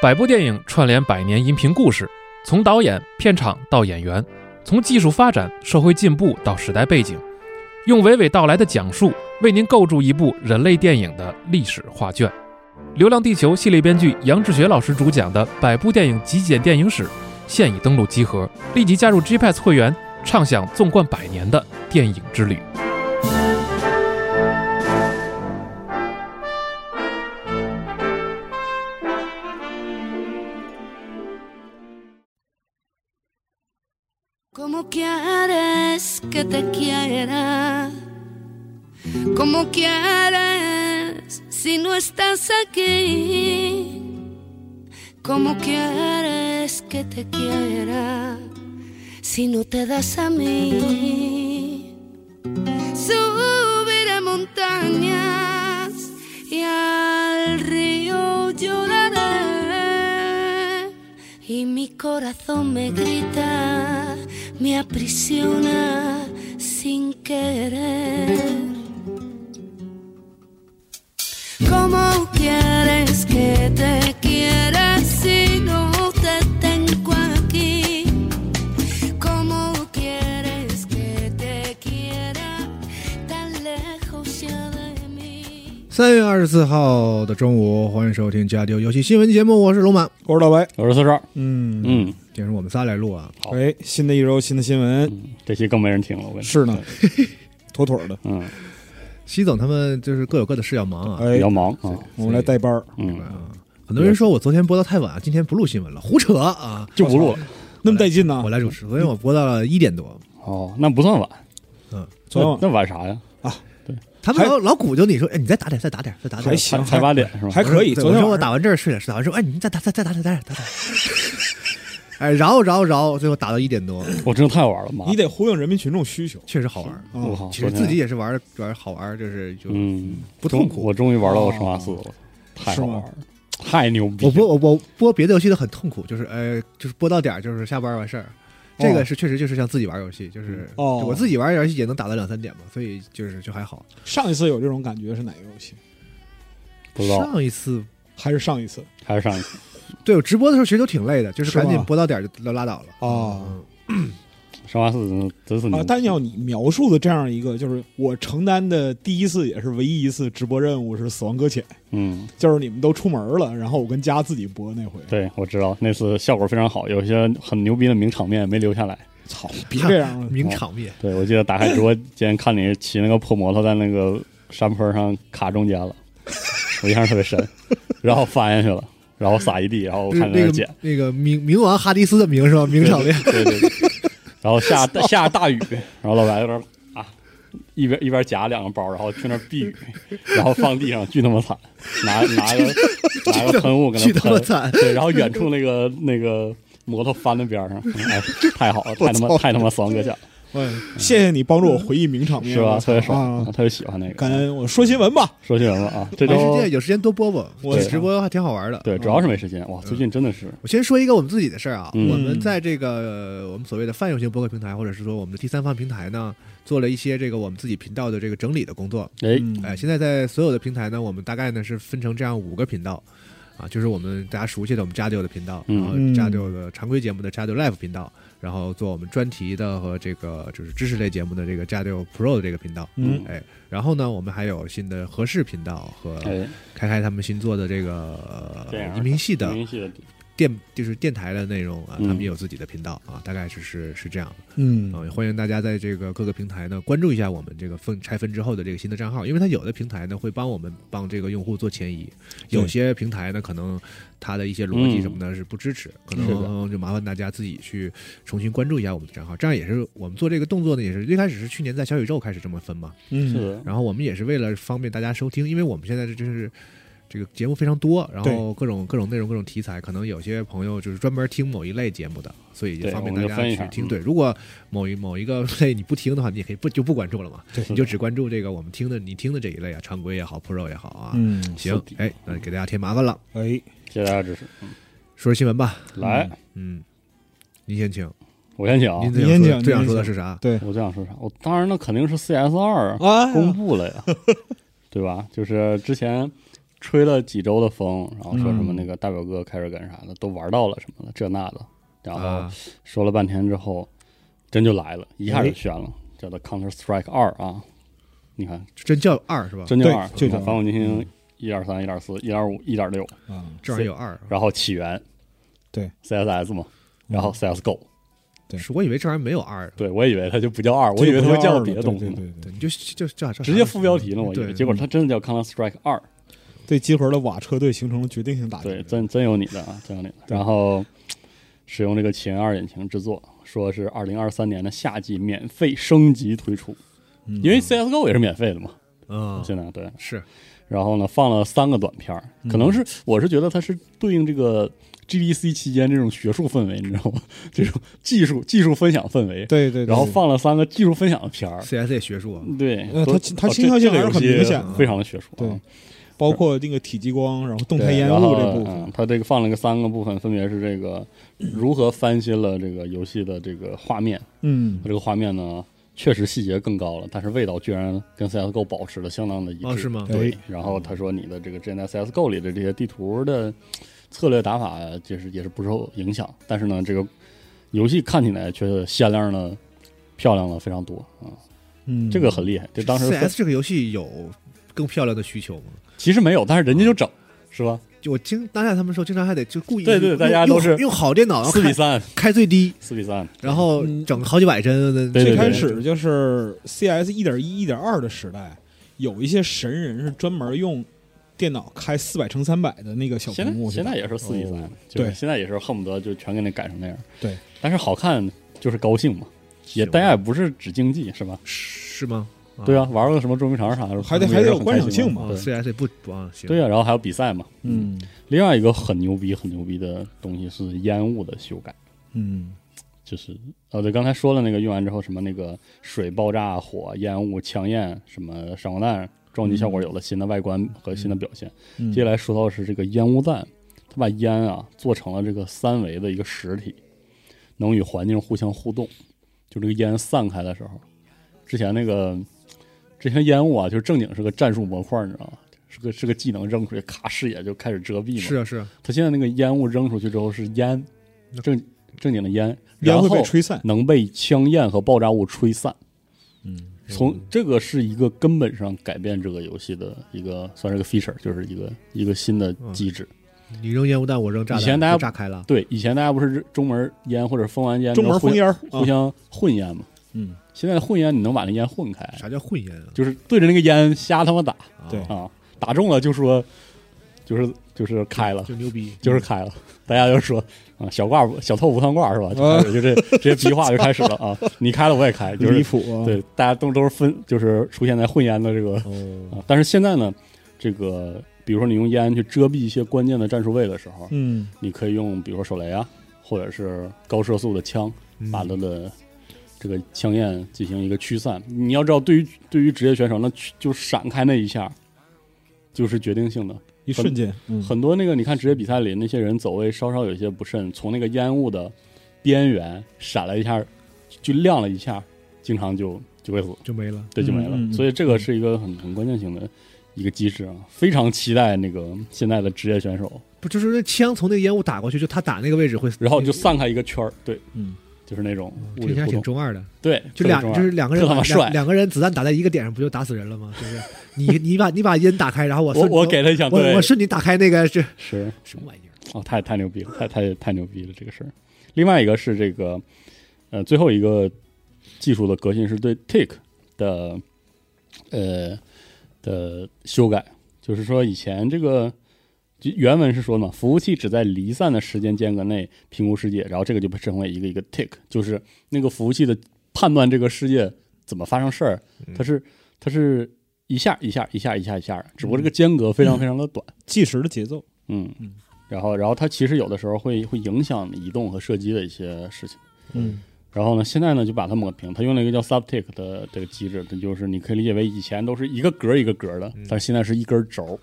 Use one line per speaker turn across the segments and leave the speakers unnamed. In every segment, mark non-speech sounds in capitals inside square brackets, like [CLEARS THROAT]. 百部电影串联百年音频故事，从导演、片场到演员，从技术发展、社会进步到时代背景，用娓娓道来的讲述，为您构筑一部人类电影的历史画卷。《流浪地球》系列编剧杨志学老师主讲的《百部电影极简电影史》现已登录集合，立即加入 GPS 会员，畅享纵贯百年的电影之旅。
¿Cómo quieres que te quiera? ¿Cómo quieres si no estás aquí? ¿Cómo quieres que te quiera si no te das a mí? Subir a montañas y al río lloraré y mi corazón me grita, me aprisiona sin querer. ¿Cómo quieres que te quiera si no te tengo aquí? ¿Cómo quieres que te quiera tan lejos ya de mí?
三月二十四号的中午，欢迎收听《加丢游戏新闻节目》，我是龙马。
我是老白。
我是四十二，
嗯，
嗯，
今天是我们仨来录啊，
好嗯
哎，新的一周新的新闻，
这期更没人听了，我跟你说
是呢， [LAUGHS] 妥妥的。
嗯，
西总他们就是各有各的事要忙啊。
哎
比较，忙啊，
我们来代班儿，
嗯，
很多人说我昨天播到太晚，今天不录新闻了，胡扯啊！
就不录了。
那么带劲呢
我？来主持，昨天我播到了一点多，
哦，那不算晚，
昨天
那
晚
那晚啥呀？
他们老老鼓揪你说，哎，你再打点，再打点，再打点
还。行，
才才八点是吧？
还可以。
对
昨
我
天
说我
晚上
打完这儿睡点，打完说，哎，你再打，再再打点，再打点，打点。哎，饶饶饶，最后打到一点多，
我真的太晚了，妈
你！得呼应人民群众需求。
确实好玩。
嗯
我靠，
其实自己也是玩儿玩儿好玩儿，就是就
嗯
不痛
终
苦。
我终于玩到了生化四了，太好玩了，太牛逼
我
了！
播我我播别的游戏都很痛苦，就是呃，就是播到点儿就是下班完事儿。这个
哦
是确实就是像自己玩游戏，就是
哦
我自己玩游戏也能打到两三点嘛，所以就是就还好。
上一次有这种感觉是哪个游戏？
不知道
上一次
还是上一次？
还是上一次
对我直播的时候其实都挺累的，就是
是吗
赶紧播到点儿就拉倒了。
啊
哦
嗯，
生化四真真是
啊
牛！，
但要你描述的这样一个，就是我承担的第一次也是唯一一次直播任务是死亡搁浅，
嗯，
就是你们都出门了，然后我跟家自己播那回。
对，我知道那次效果非常好，有些很牛逼的名场面没留下来。
操，别这样
[LAUGHS]
[LAUGHS]
了。
名场面，
对，我记得打开直播间看你骑那个破摩托在那个山坡上卡中间了，我印象特别深。 [LAUGHS] 然后翻下去了，然后撒一地，然后我
就是
看着
那
他
个
捡。
那个冥冥王哈迪斯的名是吧？名场面，
对对对。然后下下大雨，然后老白在那儿啊，一边一边夹两个包，然后去那儿避雨，然后放地上，巨他妈惨，
[LAUGHS]
拿拿个拿个喷雾跟
巨
他
他妈惨
喷，对，然后远处那个那个摩托翻到边上，哎，
[LAUGHS]
太好了，太他妈太他妈死亡搁浅了，
哎谢谢你帮助我回忆名场面，
是吧？
我操
特别爽，
啊
特别喜欢那个。
感恩我说新闻吧，
说新闻了啊，这
没 [LAUGHS] 时
周
间有时间多播播，
我
我直播还挺好玩的。嗯
对，主要是没时间。哇，最近真的是，
我先说一个我们自己的事儿啊，
嗯
我们在这个呃我们所谓的泛用型博客平台，或者是说我们的第三方平台呢，做了一些这个我们自己频道的这个整理的工作。
哎，
嗯
哎，现在在所有的平台呢，我们大概呢是分成这样五个频道，啊，就是我们大家熟悉的我们加六的频道，
嗯
然后加六的常规节目的加六 Live 频道，然后做我们专题的和这个就是知识类节目的这个加六 Pro 的这个频道，
嗯
哎，然后呢，我们还有新的合适频道和
哎，
开开他们新做的这个
这样
呃移民系的
明系的，
电就是电台的内容啊，他
嗯
们也有自己的频道啊，大概是是是这样的
嗯
呃
啊，也欢迎大家在这个各个平台呢关注一下我们这个分拆分之后的这个新的账号，因为它有的平台呢会帮我们帮这个用户做前移，
对
有些平台呢可能它的一些逻辑什么的是不支持，可
是
能
的
就麻烦大家自己去重新关注一下我们的账号，这样也是我们做这个动作呢也是最开始是去年在小宇宙开始这么分嘛，
嗯
是的，
然后我们也是为了方便大家收听，因为我们现在这就是这个节目非常多，然后
对
各种各种内容、各种题材，可能有些朋友就是专门听某一类节目的，所以也
对
方便
我们
大家
就分一
去
下
听。
嗯
对，如果某一某一个 [LAUGHS] 类你不听的话，你也可以不就不关注了嘛，
对
你就只关注这个我们听的你听的这一类啊，常规也好，Pro 也好啊。
嗯，
行，哎，那给大家添麻烦了，
哎，
谢谢大家支持。嗯
说说新闻吧。
来，
嗯，您先请，
我先讲啊，
您
你
最想
先
说
请
最想
您
说的
先
是啥？
对
我就想说啥？我当然那肯定是 CS 二
啊
[LAUGHS] 公布了呀，对吧？就是之前吹了几周的风，然后说
嗯
什么那个大表哥开始干啥的、都玩到了什么的这那的，然后
啊
说了半天之后，真就来了，一
哎
下就炫了，叫做 Counter Strike 二啊，你看
真叫二是吧？
真就二，
对就嗯
你看
叫
反恐精英一点三、一点四、一点五、一点六，
啊，
这玩意儿有二，
然后起源
对嗯
CSS 嘛，然后 CSGO，
对
是我以为这玩意儿没有二，
对我以为它就不叫二，我以为它会叫别的东西
对
呢。
对对
对，你就就叫
直接副标题呢，我以为，
对，
结果它真的叫 Counter Strike 二，
对，对集合的瓦车队形成了决定性打击。
对，真真有你的啊，真有你的。
对
然后使用这个起源二引擎制作，说是二零二三年的夏季免费升级推出，
嗯
因为 CSGO 也是免费的嘛，
嗯
现在对。
是
然后呢，放了三个短片儿，可能是我是觉得它是对应这个 GDC 期间这种学术氛围，你知道吗？ [LAUGHS] 这种技术技术分享氛围，
对对，对
然后。放了三个技术分享的片儿，
CS 也学术啊，
对，
呃
都
它它
哦
倾
这
向性
这个
还是很
游戏
明显的
非常的学术啊，
对包括那个体积光，然后动态
对
烟
然
雾
后
这部
嗯
分，
它这个放了个三个部分，分别是这个如何翻新了这个游戏的这个画面，
嗯
它，这个画面呢确实细节更高了，但是味道居然跟 CSGO 保持了相当的一致，
哦是吗？
对
哎，
然后他说你的这个之前在 CSGO 里的这些地图的策略打法，就是也是不受影响，但是呢，这个游戏看起来却鲜亮了、漂亮了非常多啊、
嗯，
这个很厉害。就当时
CS 这个游戏有更漂亮的需求吗？
其实没有，但是人家就整，是吧？
就我经当下他们说，经常还得就故意
对对
用
大家都是
用用好电脑，
啊
然后
四比
开
三，
开最低，
四比三，
然后
嗯
整好几百帧的。
对对
最
对
开始就是 CS 一点一、一点二的时代，有一些神人是专门用电脑开四百乘三百的那个小
现
屏幕
在
去
现
打，哦
在也是四比三，
对
现在也是恨不得就全给你改成那样。
对，
但是好看就是高兴嘛，也
行
大家也不是只竞技是吧？
是吗？
对啊，玩个什么捉迷藏啥的，
还得
不是
还得
也是
有
很
观
开
赏
心
性
吗
嘛
啊
对
，CS 不不啊，行，
对啊，然后还有比赛嘛。
嗯
另外一个很牛逼、很牛逼的东西是烟雾的修改，
嗯，
就是哦对，刚才说了那个用完之后什么那个水爆炸、火、烟雾、枪焰、什么闪光弹撞击效果有了新的外观和新的表现。
嗯
接下来说到的是这个烟雾弹，它把烟啊做成了这个三维的一个实体，能与环境互相互动。就这个烟散开的时候，之前那个之前烟雾啊，就是正经是个战术模块，你知道吗？是个是个技能扔出去，咔视野就开始遮蔽嘛。
是啊是啊，
它现在那个烟雾扔出去之后是烟，正正经的烟，
烟
然
会
后
被吹散，
能被枪焰和爆炸物吹散。
嗯
从这个是一个根本上改变这个游戏的一个，算是个 feature，就是一个一个新的
嗯
机制。
你扔烟雾弹，我扔炸弹，
以前大家
就炸开了，
对，以前大家不是中门烟或者封完烟，
中门封烟，儿，
互
啊
相混烟嘛。
嗯，
现在混烟你能把那烟混开，
啥叫混烟啊？
就是对着那个烟瞎他妈打
啊
对
啊，打中了就说，就是就是开了，
就牛逼，
就是开了，大家就说啊，小挂不小透不烫挂是吧？就开始就这这些逼话就开始了啊，你开了我也开，就
离
是
谱啊，
对，大家都都是分，就是出现在混烟的这个
嗯
哦，
啊，但是现在呢，这个比如说你用烟去遮蔽一些关键的战术位的时候，
嗯，
你可以用比如说手雷啊，或者是高射速的枪，
嗯
把它的这个枪焰进行一个驱散。你要知道，对于对于职业选手，那去就闪开那一下，就是决定性的。
一瞬间，嗯
很多那个你看职业比赛里那些人走位稍稍有一些不慎，从那个烟雾的边缘闪了一下，就亮了一下，经常就就会死，
就没了。
对，就没了。
嗯嗯嗯
所以这个是一个很很关键性的一个机制啊，非常期待那个现在的职业选手，
不就是那枪从那个烟雾打过去，就他打那个位置会，
然后就散开一个圈儿，对，
嗯，
就是那种物
听
理
起来
互
挺
动，
中二的。
对，
就
特别
两
中二
就是两个人
特他妈
把
帅
两两个人子弹打在一个点上，不就打死人了吗？就是你你把你把烟打开，然后我
我
我
我给他一枪，
我
对
我，是你打开那个是
是
什么玩意儿？
哦，太太牛逼了，太太太牛逼了这个事儿。另外一个是这个，呃，最后一个技术的革新是对 tick 的呃的修改，就是说以前这个就原文是说嘛，服务器只在离散的时间间隔内评估世界，然后这个就被称为一个一个 tick，就是那个服务器的判断这个世界怎么发生事儿，它是它是一下一下一下一下一下，只不过这个间隔非常非常的短。
计时的节奏，
嗯
嗯，
然后然后它其实有的时候会会影响移动和射击的一些事情。
嗯
然后呢，现在呢就把它抹平，它用了一个叫 subtick 的这个机制，它就是你可以理解为以前都是一个格儿一个格儿的，但是现在是一根轴，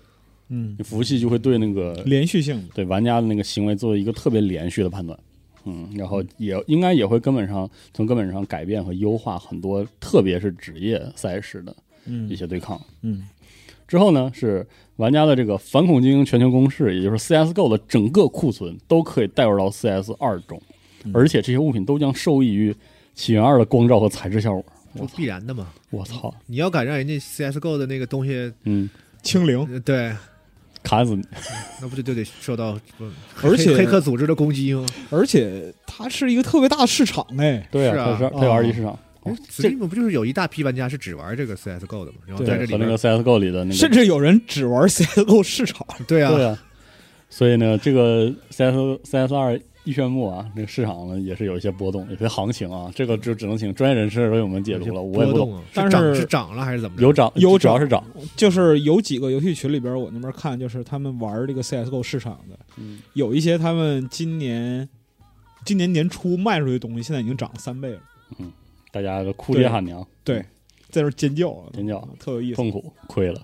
嗯
你，服务器就会对那个
连续性的，
对玩家的那个行为做一个特别连续的判断。嗯，然后也应该也会根本上从根本上改变和优化很多，特别是职业赛事的
嗯
一些对抗。
嗯
之后呢，是玩家的这个反恐精英全球公式，也就是 CSGO 的整个库存都可以带入到 CS 二中，
嗯
而且这些物品都将受益于起源二的光照和材质效果。
这必然的嘛。
我操，
你要敢让人家 CSGO 的那个东西，
嗯，
清零，
呃对，
砍死你！
那不就就得受到嗯
而且
黑黑客组织的攻击吗？
而且它是一个特别大的市场哎，
对
是啊
它是它有
哦
二级市场，哎这
Steam 不就是有一大批玩家是只玩这个 CSGO 的嘛？然后
对
在这
对
里
和那
边
个 CSGO 里的那个
甚至有人只玩 CSGO 市场，
对啊，
对啊，所以呢，这个 CS CS 二一宣布啊，这个市场呢也是有一些波动，有些行情啊，这个就只能请专业人士为我们解
有
读
些
了，我
波
也不懂。
动啊，
但
涨
是
是涨了还是怎么着？
有涨，
有
主要
涨
是涨，
就是有几个游戏群里边，我那边看，就是他们玩这个 CSGO 市场的，
嗯
有一些他们今年今年年初卖出去的东西，现在已经涨了三倍了，
大家都哭爹喊娘，
在那儿尖叫啊，
尖叫
特有意思。
痛苦，亏了。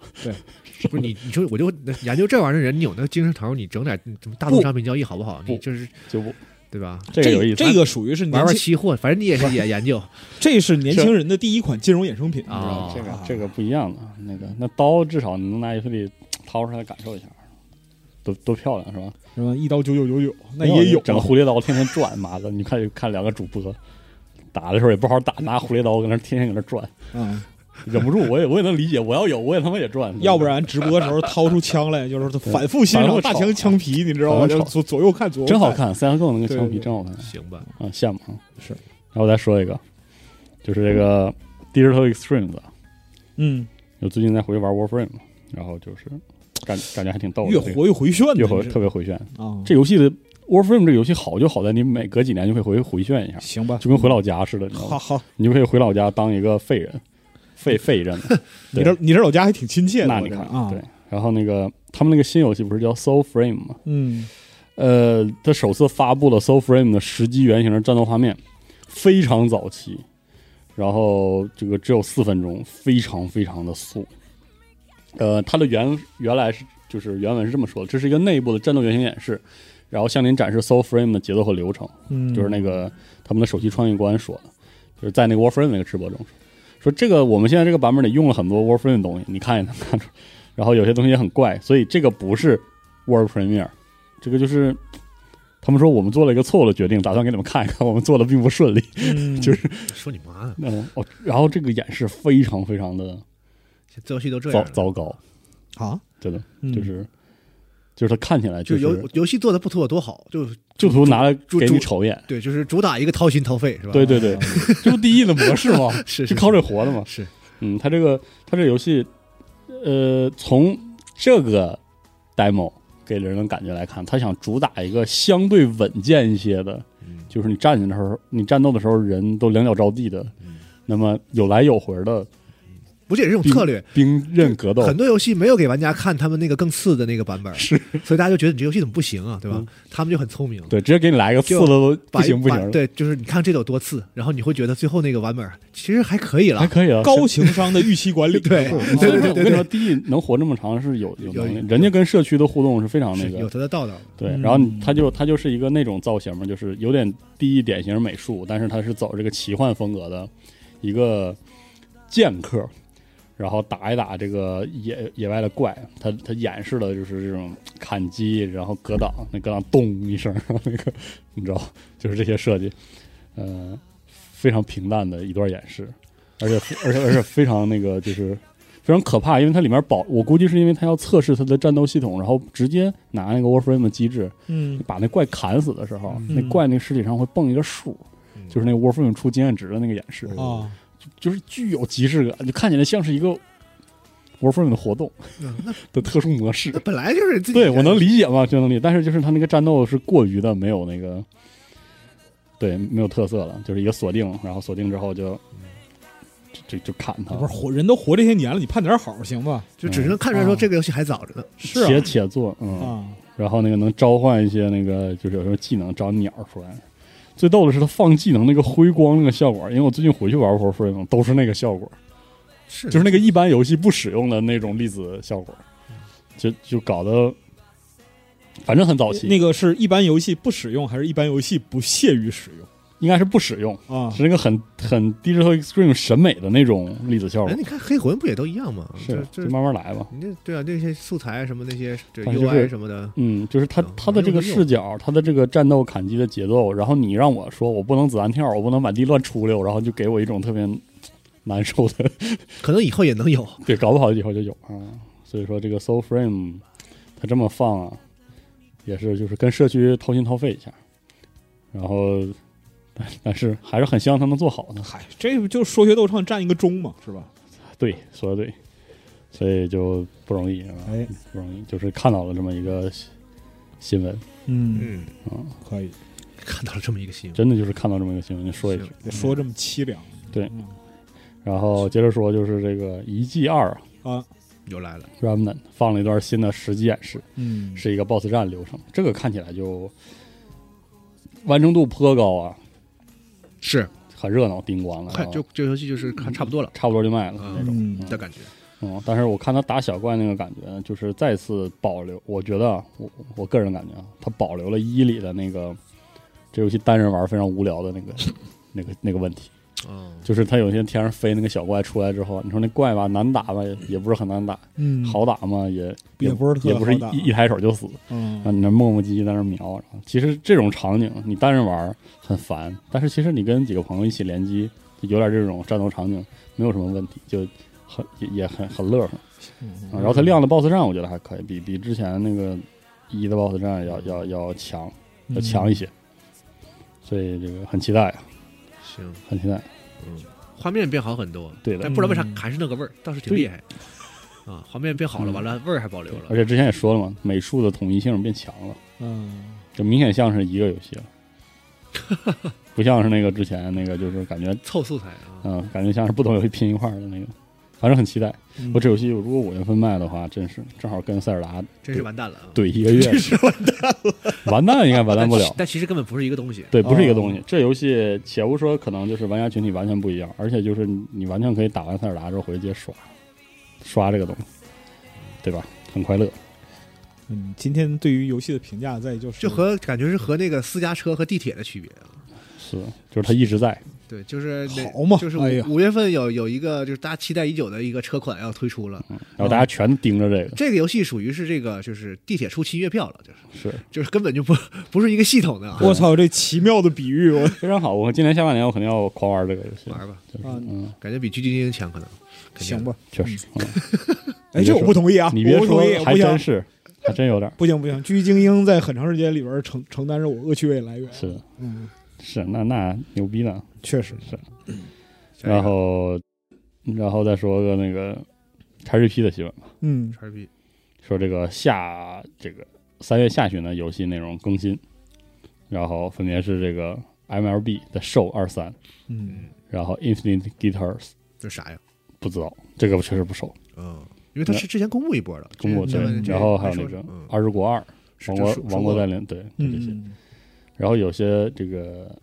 不是你，你说我就研究这玩意儿的人，你有那个精神头儿，你整点什么大宗商品交易好不好？
不
你就是
就不
对吧？
这个有意思，
这个属于是年
玩玩
轻，
期货，反正你也是也研究
这是年轻人的第一款金融衍生品，
啊
这个
啊
这个不一样的。那个那刀至少你能拿一里掏出来感受一下，多多漂亮是吧？
什么一刀九九九九，那
没
也有啊
整个蝴蝶刀天天转，妈的！你看看两个主播打的时候也不好好打，拿蝴蝶刀搁那儿天天搁那儿转，
嗯，
忍不住我也我也能理解，我要有我也他妈也转，
[LAUGHS] 要不然直播的时候掏出枪来，就是他反复欣赏大枪枪皮，你知道吗？
反
就
复瞅
左左右看左右
真好，看，CSGO 那个枪皮
对对
真好
[LAUGHS]
看
行吧？
啊，羡慕啊！
是，
然后我再说一个，就是这个 Digital Extremes，啊
嗯，
我最近在回去玩 Warframe，嘛然后就是感感觉还挺逗的，
越
这个
活越回旋呢，
嗯越活
这
特别回旋。
啊，
这游戏的 Warframe 这个游戏好就好在你每隔几年就会回回旋一下，
行吧，
就跟回老家似的，你知道
好
吗？
好，
你就可以回老家当一个废人，废废
[LAUGHS]
人。
你这你这老家还挺亲切的，
那
我
你
觉
看
得啊，
对，然后那个他们那个新游戏不是叫 Soul Frame 吗？
嗯，
呃，他首次发布了 Soul Frame 的实机原型的战斗画面，非常早期，然后这个只有四分钟，非常非常的素。呃，它的原原来是就是原文是这么说的，这是一个内部的战斗原型演示，然后向您展示 Soul Frame 的节奏和流程，
嗯
就是那个他们的首席创意官说的，就是在那个 Warframe 那个直播中说，说这个我们现在这个版本里用了很多 Warframe 的东西，你看也能看出， [LAUGHS] 然后有些东西也很怪，所以这个不是 World Premiere，这个就是他们说我们做了一个错误的决定，打算给你们看一看，我们做的并不顺利。
嗯
[LAUGHS] 就是
[LAUGHS]
[LAUGHS]
是
说你妈呢，
嗯哦，然后这个演示非常非常的
这游戏都这
糟
样了，
糟糕，
啊，
真的
嗯
就是。就是它看起来
就
就
游
是
游戏做的不图我多好，就
就图拿来
就
给你
就
瞅一眼，
对，就是主打一个掏心掏肺是吧？
对对对，这不第一的模式吗？
是
就是靠这活的嘛。
是，
嗯，他这个他这游戏，呃，从这个 demo 给人的感觉来看，他想主打一个相对稳健一些的，
嗯
就是你站起来的时候，你战斗的时候人都两脚着地的，
嗯
那么有来有回的
不是也是一种策略？
兵刃格斗，
很多游戏没有给玩家看他们那个更次的那个版本，
哦是
所以大家就觉得你这游戏怎么不行啊，对吧
嗯？
他们就很聪明，
对，直接给你来一个刺
就
的都不
把
行不
把
行，，
对，就是你看这个有多次，然后你会觉得最后那个版本其实还可以
还
了，
可以啊，
高情商的预期
[LAUGHS]
管理，
对
是吧
所以
对
说
对
[LAUGHS] 我跟你说，第一能活这么长是有有能力
有，
人家跟社区的互动是非常那
是
个
有他的道道的。
对，
嗯
然后你它就它就是一个那种造型嘛，就是有点第一典型美术，但是它是走这个奇幻风格的一个剑客，然后打一打这个野野外的怪，他他演示的就是这种砍击，然后格挡，那格挡咚一声，然后 [LAUGHS] 那个你知道，就是这些设计，呃，非常平淡的一段演示，而且而且而且非常那个就是非常可怕，因为它里面保，我估计是因为它要测试它的战斗系统，然后直接拿那个 Warframe 的机制 [LAUGHS]
嗯
把那怪砍死的时候，
嗯
那怪那尸体上会蹦一个数，
嗯
就是哦那个 Warframe 出经验值的那个演示，
啊，
就是具有即视感，就看起来像是一个 Warframe 的活动
嗯那
的特殊模式
那。本来就是自己
对我能理解嘛，这能理解，但是就是他那个战斗是过于的没有那个，对，没有特色了，就是一个锁定，然后锁定之后就就就就砍他，
嗯不是活人都活这些年了，你盼点好行吧？
就只能看出来说这个游戏还早
哦
着呢。
是啊
且且做，嗯。
啊，
然后那个能召唤一些那个就是有时候技能招鸟出来。最逗的是他放技能那个辉光那个效果，因为我最近回去玩 Warframe 都是那个效果，
是
就是那个一般游戏不使用的那种粒子效果，就就搞得反正很早期，
那个是一般游戏不使用，还是一般游戏不屑于使用？
应该是不使用，
啊，
是那个很很 digital extreme 审美的那种粒子效
哎，
果。
你看黑魂不也都一样吗？
哦是，
哎这
就
这
慢慢来吧。
你这对啊，那些素材什么那些这
但是就是
UI 什么的，
嗯，就是他
嗯
他的这个
没有
视角，他的这个战斗砍击的节奏，然后你让我说我不能子弹跳，我不能满地乱出溜，然后就给我一种特别难受的， [LAUGHS]
可能以后也能有。
对，搞不好以后就有啊。所以说这个 Soul Frame 它这么放啊，也是就是跟社区掏心掏肺一下，然后但但是还是很希望他能做好的。
嗨，这不就说学逗唱占一个钟嘛，是吧？
对，说的对，所以就不容易啊，
哎，
不容易，就是看到了这么一个新新闻
嗯，
嗯，
啊、
可以，
看到了这么一个新闻，
真的就是看到这么一个新闻，就说一
是
句。
得说这么凄凉。
对
嗯
然后接着说，就是这个《遗迹二》啊
啊，
又来了。
《Remnant》放了一段新的实际演示，
嗯，
是一个 BOSS 战流程。这个看起来就完成度颇高啊，
是，
很热闹，叮咣了，
快就这游戏就是看差不多了
差不多就卖了那种。
嗯，
的感觉。
嗯，但是我看他打小怪那个感觉，就是再次保留，我觉得啊我我个人感觉啊，他保留了一里的那个这游戏单人玩非常无聊的那个 [LAUGHS] 那个那个问题。
嗯，
就是他有一天天上飞那个小怪出来之后，你说那怪吧难打吧，也也不是很难打，
嗯，
好打嘛也
也不是特
也不是
好打
一一抬手就死，啊，
嗯，
你那磨磨唧唧在那瞄，然后其实这种场景你单人玩儿很烦，但是其实你跟几个朋友一起联机，就有点这种战斗场景没有什么问题，就很也也很很乐呵、
嗯
啊。然后他亮的 BOSS 战我觉得还可以，比比之前那个一的 BOSS 战要要要强，
嗯
要强一些，所以这个很期待啊，
行，
很期待。
嗯，画面变好很多，
对的
但不知道为啥
嗯
还是那个味儿，倒是挺厉害。啊，画面变好了，
嗯
完了味儿还保留了。
而且之前也说了嘛，美术的统一性变强了，
嗯，
就明显像是一个游戏了，不像是那个之前那个，就是感觉
凑素材啊，
嗯，感觉像是不同游戏拼一块儿的那个，反正很期待。
嗯
我这游戏如果五月份卖的话，真是正好跟塞尔达
真是完蛋了啊！
怼
[LAUGHS]
一个月，真是完蛋了，完蛋应该完蛋
但
不
其，。
了
[LAUGHS]
嗯
但其实根本不是一个东西。
对，不是一个
哦
东西。这游戏且不说可能就是玩家群体完全不一样，而且就是你完全可以打完塞尔达之后回去直接刷，刷这个东西，对吧？很快乐。
嗯，今天对于游戏的评价在于就是
就和感觉是和那个私家车和地铁的区别啊，
是，就是它一直在。
对，就是那
好嘛
就是
哎呀
五五月份有有一个就是大家期待已久的一个车款要推出了，
然后大家全盯着这个，
这个游戏属于是这个就是地铁出七月票了，就是
是
就是根本就不不是一个系统的啊，
我操这奇妙的比喻，我
非常好。我今年下半年我肯定要狂玩这个游戏。
玩吧，
就是
啊
嗯，
感觉比狙击精英强可能。肯定
行吧？
确实。嗯
哎，这我不同意啊，
你别
我不
说
同意，，我
还
不
真
行，
是，还真有点儿。
不行不行，《狙击精英》在很长时间里边承承担着我恶趣味来源，
是
嗯，
是，那那牛逼呢。
确实，
下一个
然后，然后再说个那个 XGP 的新闻吧，
嗯，
叉 P
说这个下这个三月下旬的游戏内容更新，然后分别是这个 MLB 的 Show 二三，
嗯，
然后 Infinite Guitars
这是啥呀？
不知道，这个我确实不熟，
嗯，因为它是之前公布一波了，
中国
这
对
个这，个
然后还有
没
那
说
个
嗯，
二之国二，
是
王
这
国
说
王国在连，对，就这些，
嗯，
然后有些这个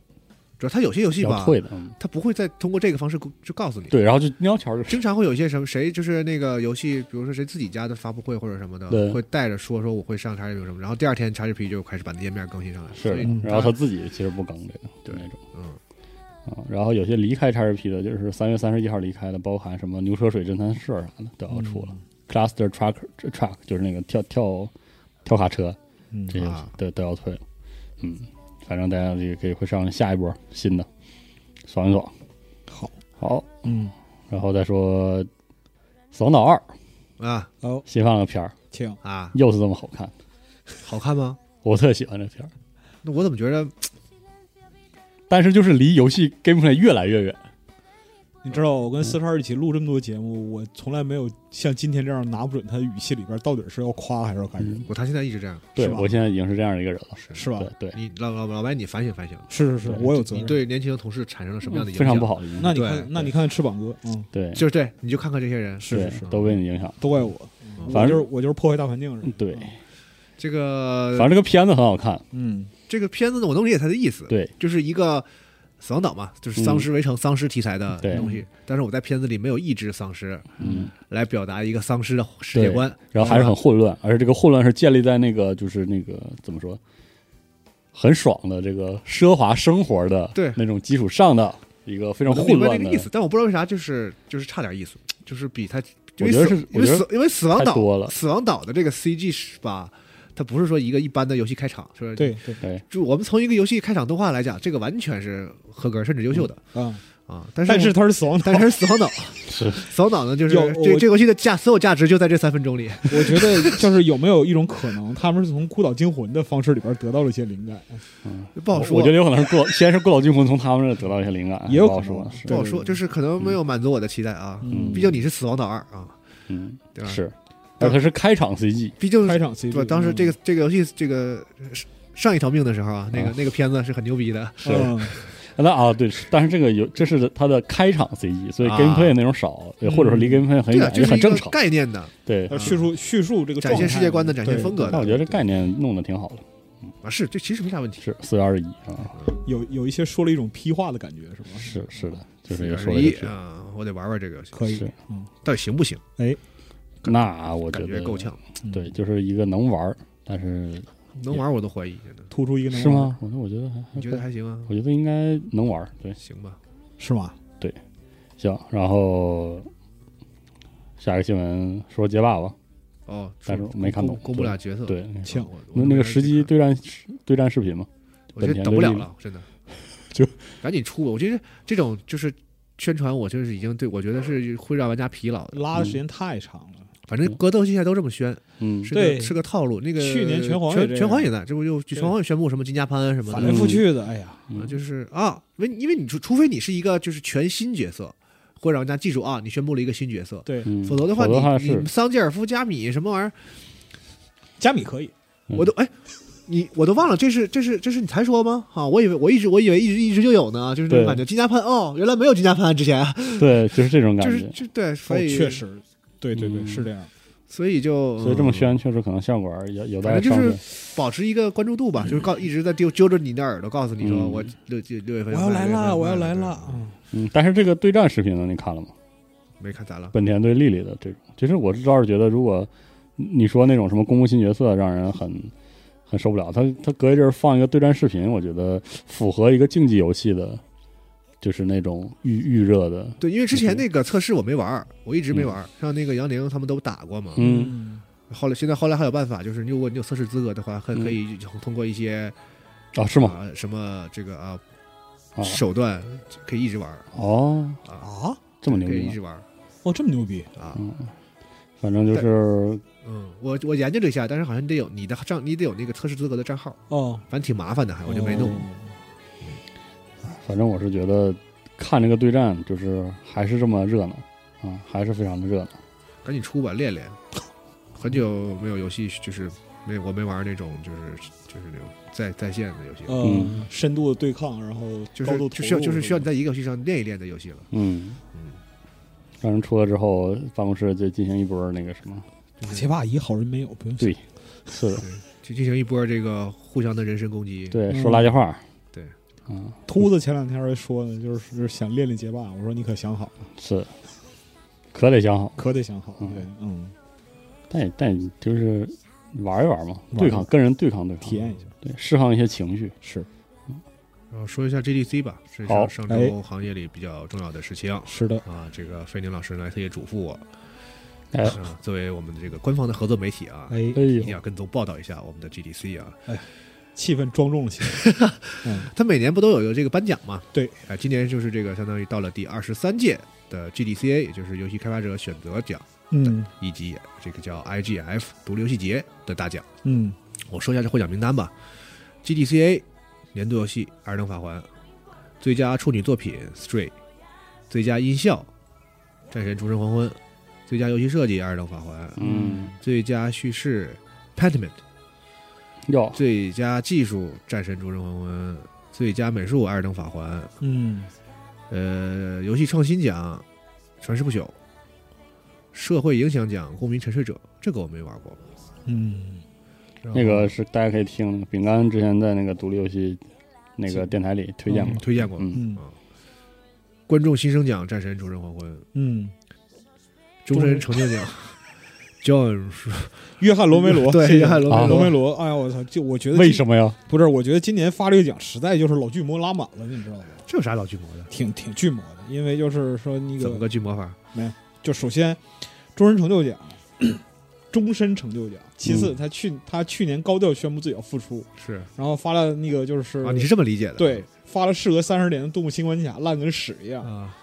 主要它有些游戏
要
吧，
退的，嗯
它不会再通过这个方式公就告诉你。
对，然后就喵条就
经常会有一些什么谁就是那个游戏，比如说谁自己家的发布会或者什么的
对，
会带着说说我会上 XGP 什么，然后第二天 XGP 就开始把那页面更新上来。
是
所以
的，然后他自己其实不更这个，就
对
那种。
嗯，
啊，然后有些离开 XGP 的，就是三月三十一号离开的，包含什么牛车水侦探社啥啊的都要出了、c l u s t e r Truck Truck 就是那个跳跳跳卡车
嗯
这些
啊
都都要退了。嗯，反正大家也可以会上下一波新的，爽一爽。
好，
好，
嗯，
然后再说《死亡岛二》
啊
好，
新放了片儿，
请，
啊，
又是这么好看，
好看吗？
我特喜欢这片儿，
那我怎么觉得
但是就是离游戏 gameplay 越来越远。
你知道我
嗯
跟四十二一起录这么多节目，我从来没有像今天这样拿不准他的语气里边到底是要夸还是要干什么，
我他现在一直这样？
对
是吧
我现在已经是这样的一个人了。
是吧？
对对，
你老老老白，你反省反省，
是是是，
对
我有责
你嗯
任。
对年轻的同事产生了什么样的影
非
响？
常不。好的影
那
响。
你
对
看，那你看看翅膀哥，嗯，
对，
就是对，你就看看这些人，
是
对
是是，
都被你影响了。
都怪我，
嗯
反
我就
正
是我就是破坏大环境的人。
对，
这
反
个
正这个片子很好看，
嗯，
这个片子呢，我能理解他的意思，
对，嗯
就是一个死亡岛嘛，就是丧尸围城、丧尸题材的
对
东西。但是我在片子里没有抑制丧尸，
嗯，
来表达一个丧尸的世界观。
然后还是很混乱，而且这个混乱是建立在那个就是那个怎么说，很爽的这个奢华生活的
对
那种基础上的一个非常
我能
混
明白
乱
那
的
个意思，但我不知道为啥，就是就是差点意思，就是比他，因
我
为
觉得
死
是
因
我
为
觉得
死因为死亡
太
岛
多了
死亡岛的这个 CG 是吧，它不是说一个一般的游戏开场，是吧？
对，
[LAUGHS]
对
就我们从一个游戏开场动画来讲，这个完全是合格甚至优秀的
啊，
啊，但是
但是
我
它是死亡岛
但，是死亡岛，
嗯 [LAUGHS] 是
死亡岛呢，就是
有
这
我
这个游戏的价所有价值就在这三分钟里，
我觉得就是有没有一种可能，他们是从《孤岛惊魂》的方式里边得到了一些灵感？
不好说。
我觉得有可能是过， [LAUGHS] 先是过老惊魂从他们那得到一些灵感，
也有
不好
可能
说，
对
是
不好说，就是可能没有满足我的期待啊。
嗯
毕竟你是死亡岛二啊，
嗯，
对吧？
是，而它是开场 CG，
毕竟
开场嗯 CG，
对，当时这
个
嗯
个这个游戏这个上一条命的时候啊，那个那个片子是很牛逼的。
是
呃
那啊对，是但是这个有这是它的开场 CG，所以
啊
gameplay 内容少，对或者说离 gameplay 很
对啊，
远
这
哎也
是
很
一个
正常，
概呃念的，
对。
叙述叙述这个
嗯展现
状态
世界观的展现
对
风格的
那我觉得这概念弄得挺好的，
啊，是这其实没啥问题。
是四月二十一啊，
有有一些说了一种批话的感觉，是吗？
是是的，就是也说
十
的
一
是，
啊，我得玩玩这个游戏，
可以
是，
嗯，
到底行不行？
那我觉
啊感觉
得
够，呛，
嗯
对，就是一个能玩儿，但是
能玩我都怀疑，真的。
突出一个能
是
量？
吗？我我觉得还
你觉得还行啊？
我觉得应该能玩儿，对，
行吧，
是吗？
行，然后下一个新闻说街霸吧，
哦，
但是我没看懂
公公布俩角色，
对，
行
我，嗯我
那那
没
个
看
时机
这
对战对战视频嘛，
我觉得等不了了，真的，
[LAUGHS] 就
赶紧出吧。我觉得这种就是宣传，我就是已经对我觉得是会让玩家疲劳的。
拉的时间太长了，
反正格斗戏现在都这么宣，
嗯，
是
对
个是个套路。那个
去年拳
拳
皇也这
拳
样
皇也在，这不就拳皇也宣布什么金家潘啊什么
反
的
来
正
覆去的，哎呀，
啊，就是啊，因为因为你除除非你是一个就是全新角色，会让人家记住啊，你宣布了一个新角色，
对，
嗯
否则的话
否则的话
你
是
你桑吉尔夫加米什么玩意儿，
加米可以，
嗯
我都哎。你我都忘了，这是这是这是你才说吗？啊，我以为我一直我以为一直一直就有呢，就是那种
对
感觉。金家潘哦，原来没有金家潘之前，啊
对，就是这种感
就是
觉，
就对，
哦
所以
确，实，对对对，
嗯
是这样。
所以就
所以这么
嗯
宣确实可能效果有有
反
待
正就
商
是
榷。
保持一个关注度吧，就是告一直在揪揪着你的耳朵，告诉你说
嗯
我六六六月
我
份
要来
了，
啦，我
要
要来啦
了，！
嗯
嗯，但是这个对战视频呢，你看了吗？
没看咋了？
本田对莉莉的这种，其实我倒是觉得，如果你说那种什么公布新角色，让人很很受不了。他他隔一阵儿放一个对战视频，我觉得符合一个竞技游戏的，就是那种预预热的，
对，因为之
嗯
前那个测试我没玩儿，我一直没玩儿，像那个杨宁他们都打过嘛。
嗯，
后来现在后来还有办法，就是你如果你有测试资格的话，可
嗯
可以通过一些
啊，是吗？
啊什么这个啊
啊，
手段可以一直玩儿，
哦，
嗯
啊，
这么牛
可以
逼
一
吗
直玩儿
哦，这么牛逼！
啊。
嗯，反正就是
嗯，我我研究了一下，但是好像你得有你的账，你得有那个测试资格的账号，
哦，
反正挺麻烦的，还我就没弄
哦。。
反正我是觉得看这个对战，就是还是这么热闹啊，还是非常的热闹。
赶紧出吧，练练。很久没有游戏，就是没我没玩那种，就是就是那种在在线的游戏了，
嗯，深度的对抗，然后
就
高度
是就
投入
需要就是需要你
吧
在一个游戏上练一练的游戏了。
嗯
嗯，
让人出来之后，办公室就进行一波那个什么，
打街霸一好人没有，不用
对是的，
去进行一波这个互相的人身攻击。，
对，
嗯
说垃圾话，
对，
嗯，
秃子前两天还说呢，就是就是想练练街霸，我说你可想好
嗯
了，
是，可得想好，
可得想好。
嗯
对，嗯，
但也但也就是玩一玩嘛，
玩
对抗跟人对抗对抗，
体验一下
嗯
对，释放一些情绪，
是
然后说一下 GDC 吧，是
好
上上
哎
周行业里比较重要的事情
是的，
啊。这个飞宁老师呢，特意嘱咐我，
哎
啊，作为我们的这个官方的合作媒体啊，
哎
哎，
一定
呦，
要跟踪报道一下我们的 GDC 啊。
气氛庄重了起来。
[LAUGHS]
嗯，
他每年不都有一个这个颁奖嘛？
对
哎、今年就是这个相当于到了第二十三届的 GDCA，也就是游戏开发者选择奖，
嗯
以及这个叫 IGF 独立游戏节的大奖。
嗯，
我说一下这获奖名单吧：GDCA 年度游戏《二等法环》，最佳处女作品《Stray》，最佳音效《战神：重生黄昏》，最佳游戏设计《二等法环》，
嗯，
最佳叙事《Pentiment》。
哟，
最佳技术《战神：诸神黄昏》，最佳美术《二等法环》，
嗯，
呃，游戏创新奖《传世不朽》，社会影响奖《公民沉睡者》，这个我没玩过。
嗯，
然后
那个是大家可以听饼干之前在那个独立游戏那个电台里推荐过
嗯，
推荐过，
嗯
嗯
啊观众新生奖《战神：诸神黄昏》，
嗯，
[LAUGHS]
终身成就奖《 John 是
约翰罗梅罗，
[LAUGHS] 对
谢谢
约翰罗
梅罗
罗梅罗，哎呀，我操！就我觉得
为什么呀？
么不是？我觉得今年发这个奖实在就是老巨魔拉满了，你知道吗？
这有啥老巨魔的？
挺挺巨魔的，因为就是说那
怎么
个，
个巨魔法？
就首先终身成就奖，终身成就奖。其次，
嗯
他去他去年高调宣布自己要复出，
是
然后发了那个就是
啊，你是这么理解的？
对发了事隔三十年的《动物新关卡》，烂跟屎一样。
啊，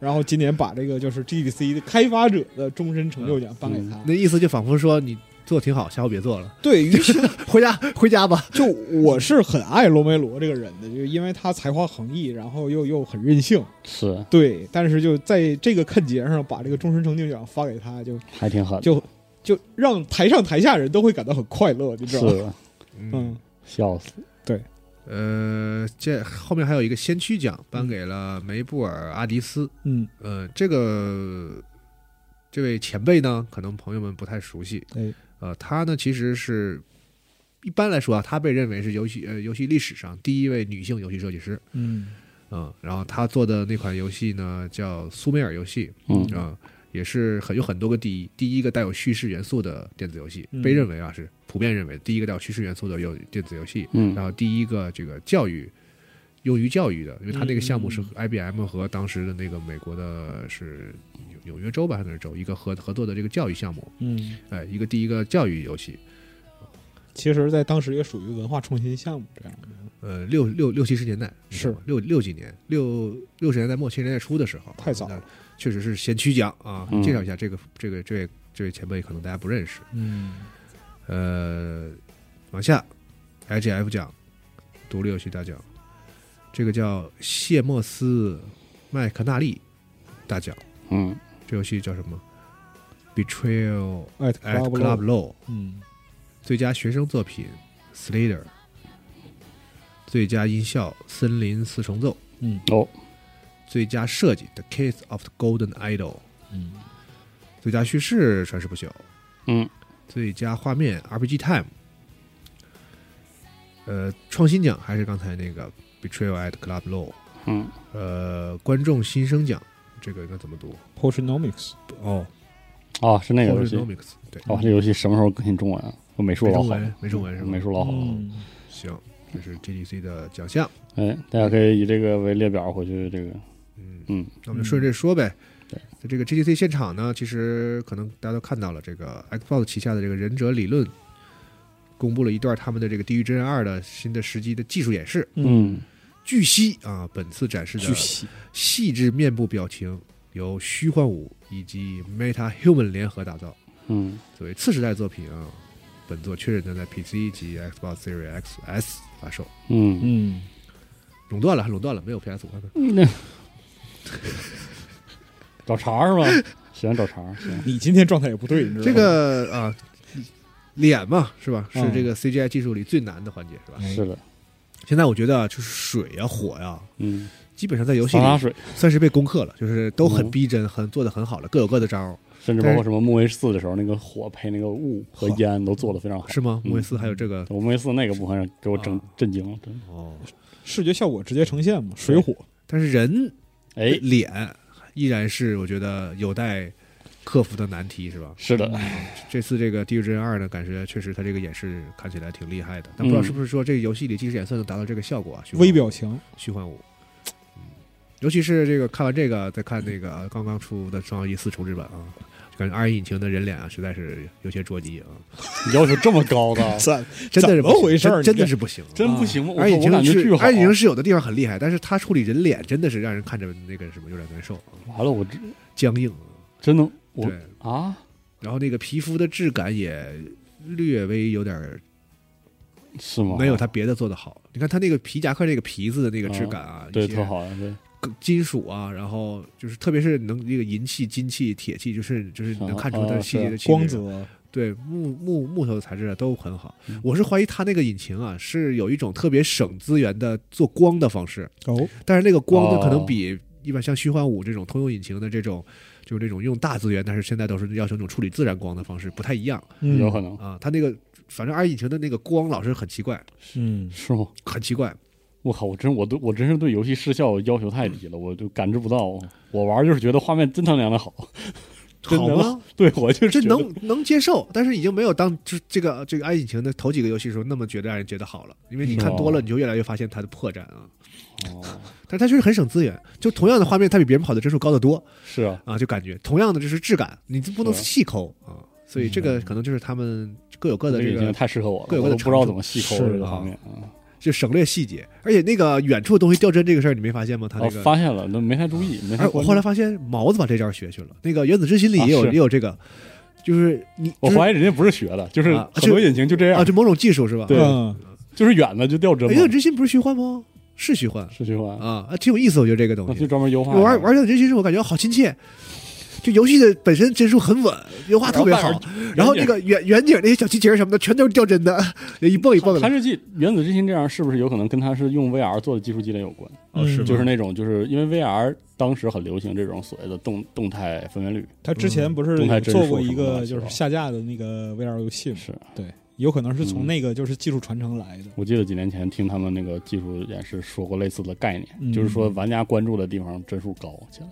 然后今年把这个就是 GDC 的开发者的终身成就奖颁给他。
那意思就仿佛说你做挺好，下回别做了，
[LAUGHS]
对于是
回家回家吧。
就我是很爱罗梅罗这个人的，就因为他才华横溢，然后又又很任性。
是
对，但是就在这个看节上把这个终身成就奖发给他，就
还挺狠的，
就就让台上台下人都会感到很快乐，你知道吗？
是
嗯，
笑死，
呃，这后面还有一个先驱奖颁给了梅布尔·阿迪斯。
嗯，
呃，这个这位前辈呢，可能朋友们不太熟悉。
哎，
呃，他呢其实是一般来说啊，他被认为是游戏呃游戏历史上第一位女性游戏设计师。
嗯
嗯、然后他做的那款游戏呢叫《苏美尔游戏》
嗯
啊、也是很有很多个第一，第一个带有叙事元素的电子游戏，
嗯
被认为啊是普遍认为第一个带有叙事元素的游电子游戏。
嗯
然后第一个这个教育用于教育的，因为它那个项目是
嗯
IBM 和当时的那个美国的是纽纽约州吧还是哪儿州一个合合作的这个教育项目，
嗯，
哎，一个第一个教育游戏，
其实，在当时也属于文化创新项目这样的。
呃，六六六七十年代
是
六六几年六六十年代末七十年代初的时候，
太早了
那确实是先驱奖啊
嗯，
介绍一下这个这个这位这位前辈，可能大家不认识，
嗯
呃，往下，IGF 奖，独立游戏大奖，这个叫谢莫斯麦克纳利大奖，
嗯
这游戏叫什么？Betrayal
，at
at
club
Club
Law
Low，
嗯
最佳学生作品，Slater，最佳音效，森林四重奏，
嗯
哦
最佳设计，The Case of the Golden Idol，
嗯
最佳叙事，传世不朽，
嗯
最佳画面 RPG Time，呃，创新奖还是刚才那个 Betrayal at Club Low，
嗯
呃，观众新生奖这个应该怎么读？
，Potionomics，
哦
啊，是那个游戏
Economics，对，
哦，这游戏什么时候更新中文啊？我美术
没
老
中
好，
文，没中文是吧？
美术老好，
嗯，
行，这是 GDC 的奖项，
哎，大家可以以这个为列表回去这个，
嗯，
嗯
那我们就顺着这说呗。
对
在这个 GDC 现场呢，其实可能大家都看到了，这个 Xbox 旗下的这个忍者理论公布了一段他们的这个《地狱之刃二》的新的实际的技术演示。
嗯
据悉啊，本次展示的
巨细，
细致面部表情由虚幻舞以及 Meta Human 联合打造，
嗯
作为次时代作品啊。本作确认将在 PC 及 Xbox Series X S 发售，
嗯，
嗯，
垄断了，垄断了，没有 PS 五。啊
那嗯 [LAUGHS] 找茬儿是吧？喜欢找茬儿，行，
你今天状态也不对，你知道吗？
这个 [LAUGHS] 啊，脸嘛是吧？是
嗯
这个 CGI 技术里最难的环节是吧？
哎
是的，
现在我觉得啊就是水呀、火呀、
嗯，
基本上在游戏
洒洒
里
水，
算是被攻克了，就是都很
嗯
逼真，很做的很好了，各有各的招儿，
甚至包括什么木卫四的时候，那个火配那个雾和烟都做的非常好。
是吗？
嗯
莫维斯还有这个
我木卫四那个部分给我整
啊
震惊了，真的。
哦，
视觉效果直接呈现嘛，水火，
但是人
哎，
脸依然是我觉得有待克服的难题，是吧？
是的，
这次这个《地狱之刃二》呢，感觉确实它这个演示看起来挺厉害的，但不知道
嗯
是不是说这个游戏里即时演算能达到这个效果啊？虚幻
微表情，
虚幻五，嗯尤其是这个看完这个，再看那个呃刚刚出的《双一四重置版》啊，就感觉二引擎的人脸啊，实在是有些捉急啊，
你要求这么高
[LAUGHS]
的，
赞，
真的是
怎
不
么
行
回事
真
儿你
真的
这
是不行啊。
真不行吗？我
二引
我
擎
感觉巨
是
好
二。引擎是有的地方很厉害，但是它处理人脸真的是让人看着那个什么有点难受啊，
完了，我真
僵硬啊。
真的我
对，
啊，
然后那个皮肤的质感也略微有点儿
是吗？
没有它别的做的好。你看它那个皮夹克这个皮子的那个质感啊，
哦对
一些
特好，对
金属啊，然后就是特别是能那个银器、金器、铁器，就是就是
啊
能看出它
啊
细节的区别
光泽，
对木木木头的材质啊都很好
嗯。
我是怀疑它那个引擎啊是有一种特别省资源的做光的方式，
哦，
但是那个光
哦
呢可能比。一般像虚幻五这种通用引擎的这种，就是那种用大资源，但是现在都是要求那种处理自然光的方式，不太一样。
嗯
有可能
啊，它那个反正二引擎的那个光老是很奇怪，
嗯，
是吗？
很奇怪。
我靠，我真我对我真是对
嗯
游戏视效要求太低了，我就感知不到。我玩就是觉得画面真他娘的好，真
好
的
吗？
对我啊就是
这
觉得
能能接受，但是已经没有当这这个这个爱引擎的头几个游戏的时候那么觉得让人觉得好了，因为你看多了，
哦
你就越来越发现它的破绽啊。
哦
但是它确实很省资源，就同样的画面，它比别人跑的帧数高得多
是啊，
啊，就感觉同样的就是质感，你就不能
是嗯
细抠啊。所以这个可能就是他们各有各
这
的
个
这
已经
个，
太适合我了，
各有
我
各
都
的
不知道
长
怎么细抠
是
这个
啊
方面啊。
就省略细节，而且那个远处的东西掉帧这个事儿，你没发现吗？它那
哦，
个
发现了，那没太注意，没太
而
关
我
注
后来发现毛子把这招学去了，那个《原子之心》里也有、
啊是
也有这个，就是你
我
就是
怀疑人家不是学的，就是
啊
很多
就
引擎就这样
啊，，这某种技术是吧？
对
嗯
就是远的就掉帧
哎
嘛，
原子之心》不是虚幻吗？是虚幻
是循环，
啊，啊挺有意思，我觉得这个东
那就
西。
专门优化
我玩玩《原子之心》时，我感觉好亲切，就游戏的本身帧数很稳，优化特别
[LAUGHS] 然后
好，然后那个远远景那些小机器人什么的，全都是掉帧的，
嗯
一蹦一蹦
它
的。
是记《原子之心》这样，是不是有可能跟它是用 VR 做的技术积累有关？
哦是吗
嗯
嗯
就是那种，就是因为 VR 当时很流行这种所谓的动动态分辨率，
他之前不是
嗯动态
有
帧
做
数
过
什
一
么
个
的
就是
吧
下架的那个 VR 游戏嘛？
是
对，有可能是从
嗯
那个就是技术传承来的。
我记得几年前听他们那个技术演示说过类似的概念，
嗯
就是说玩家关注的地方帧数高起来，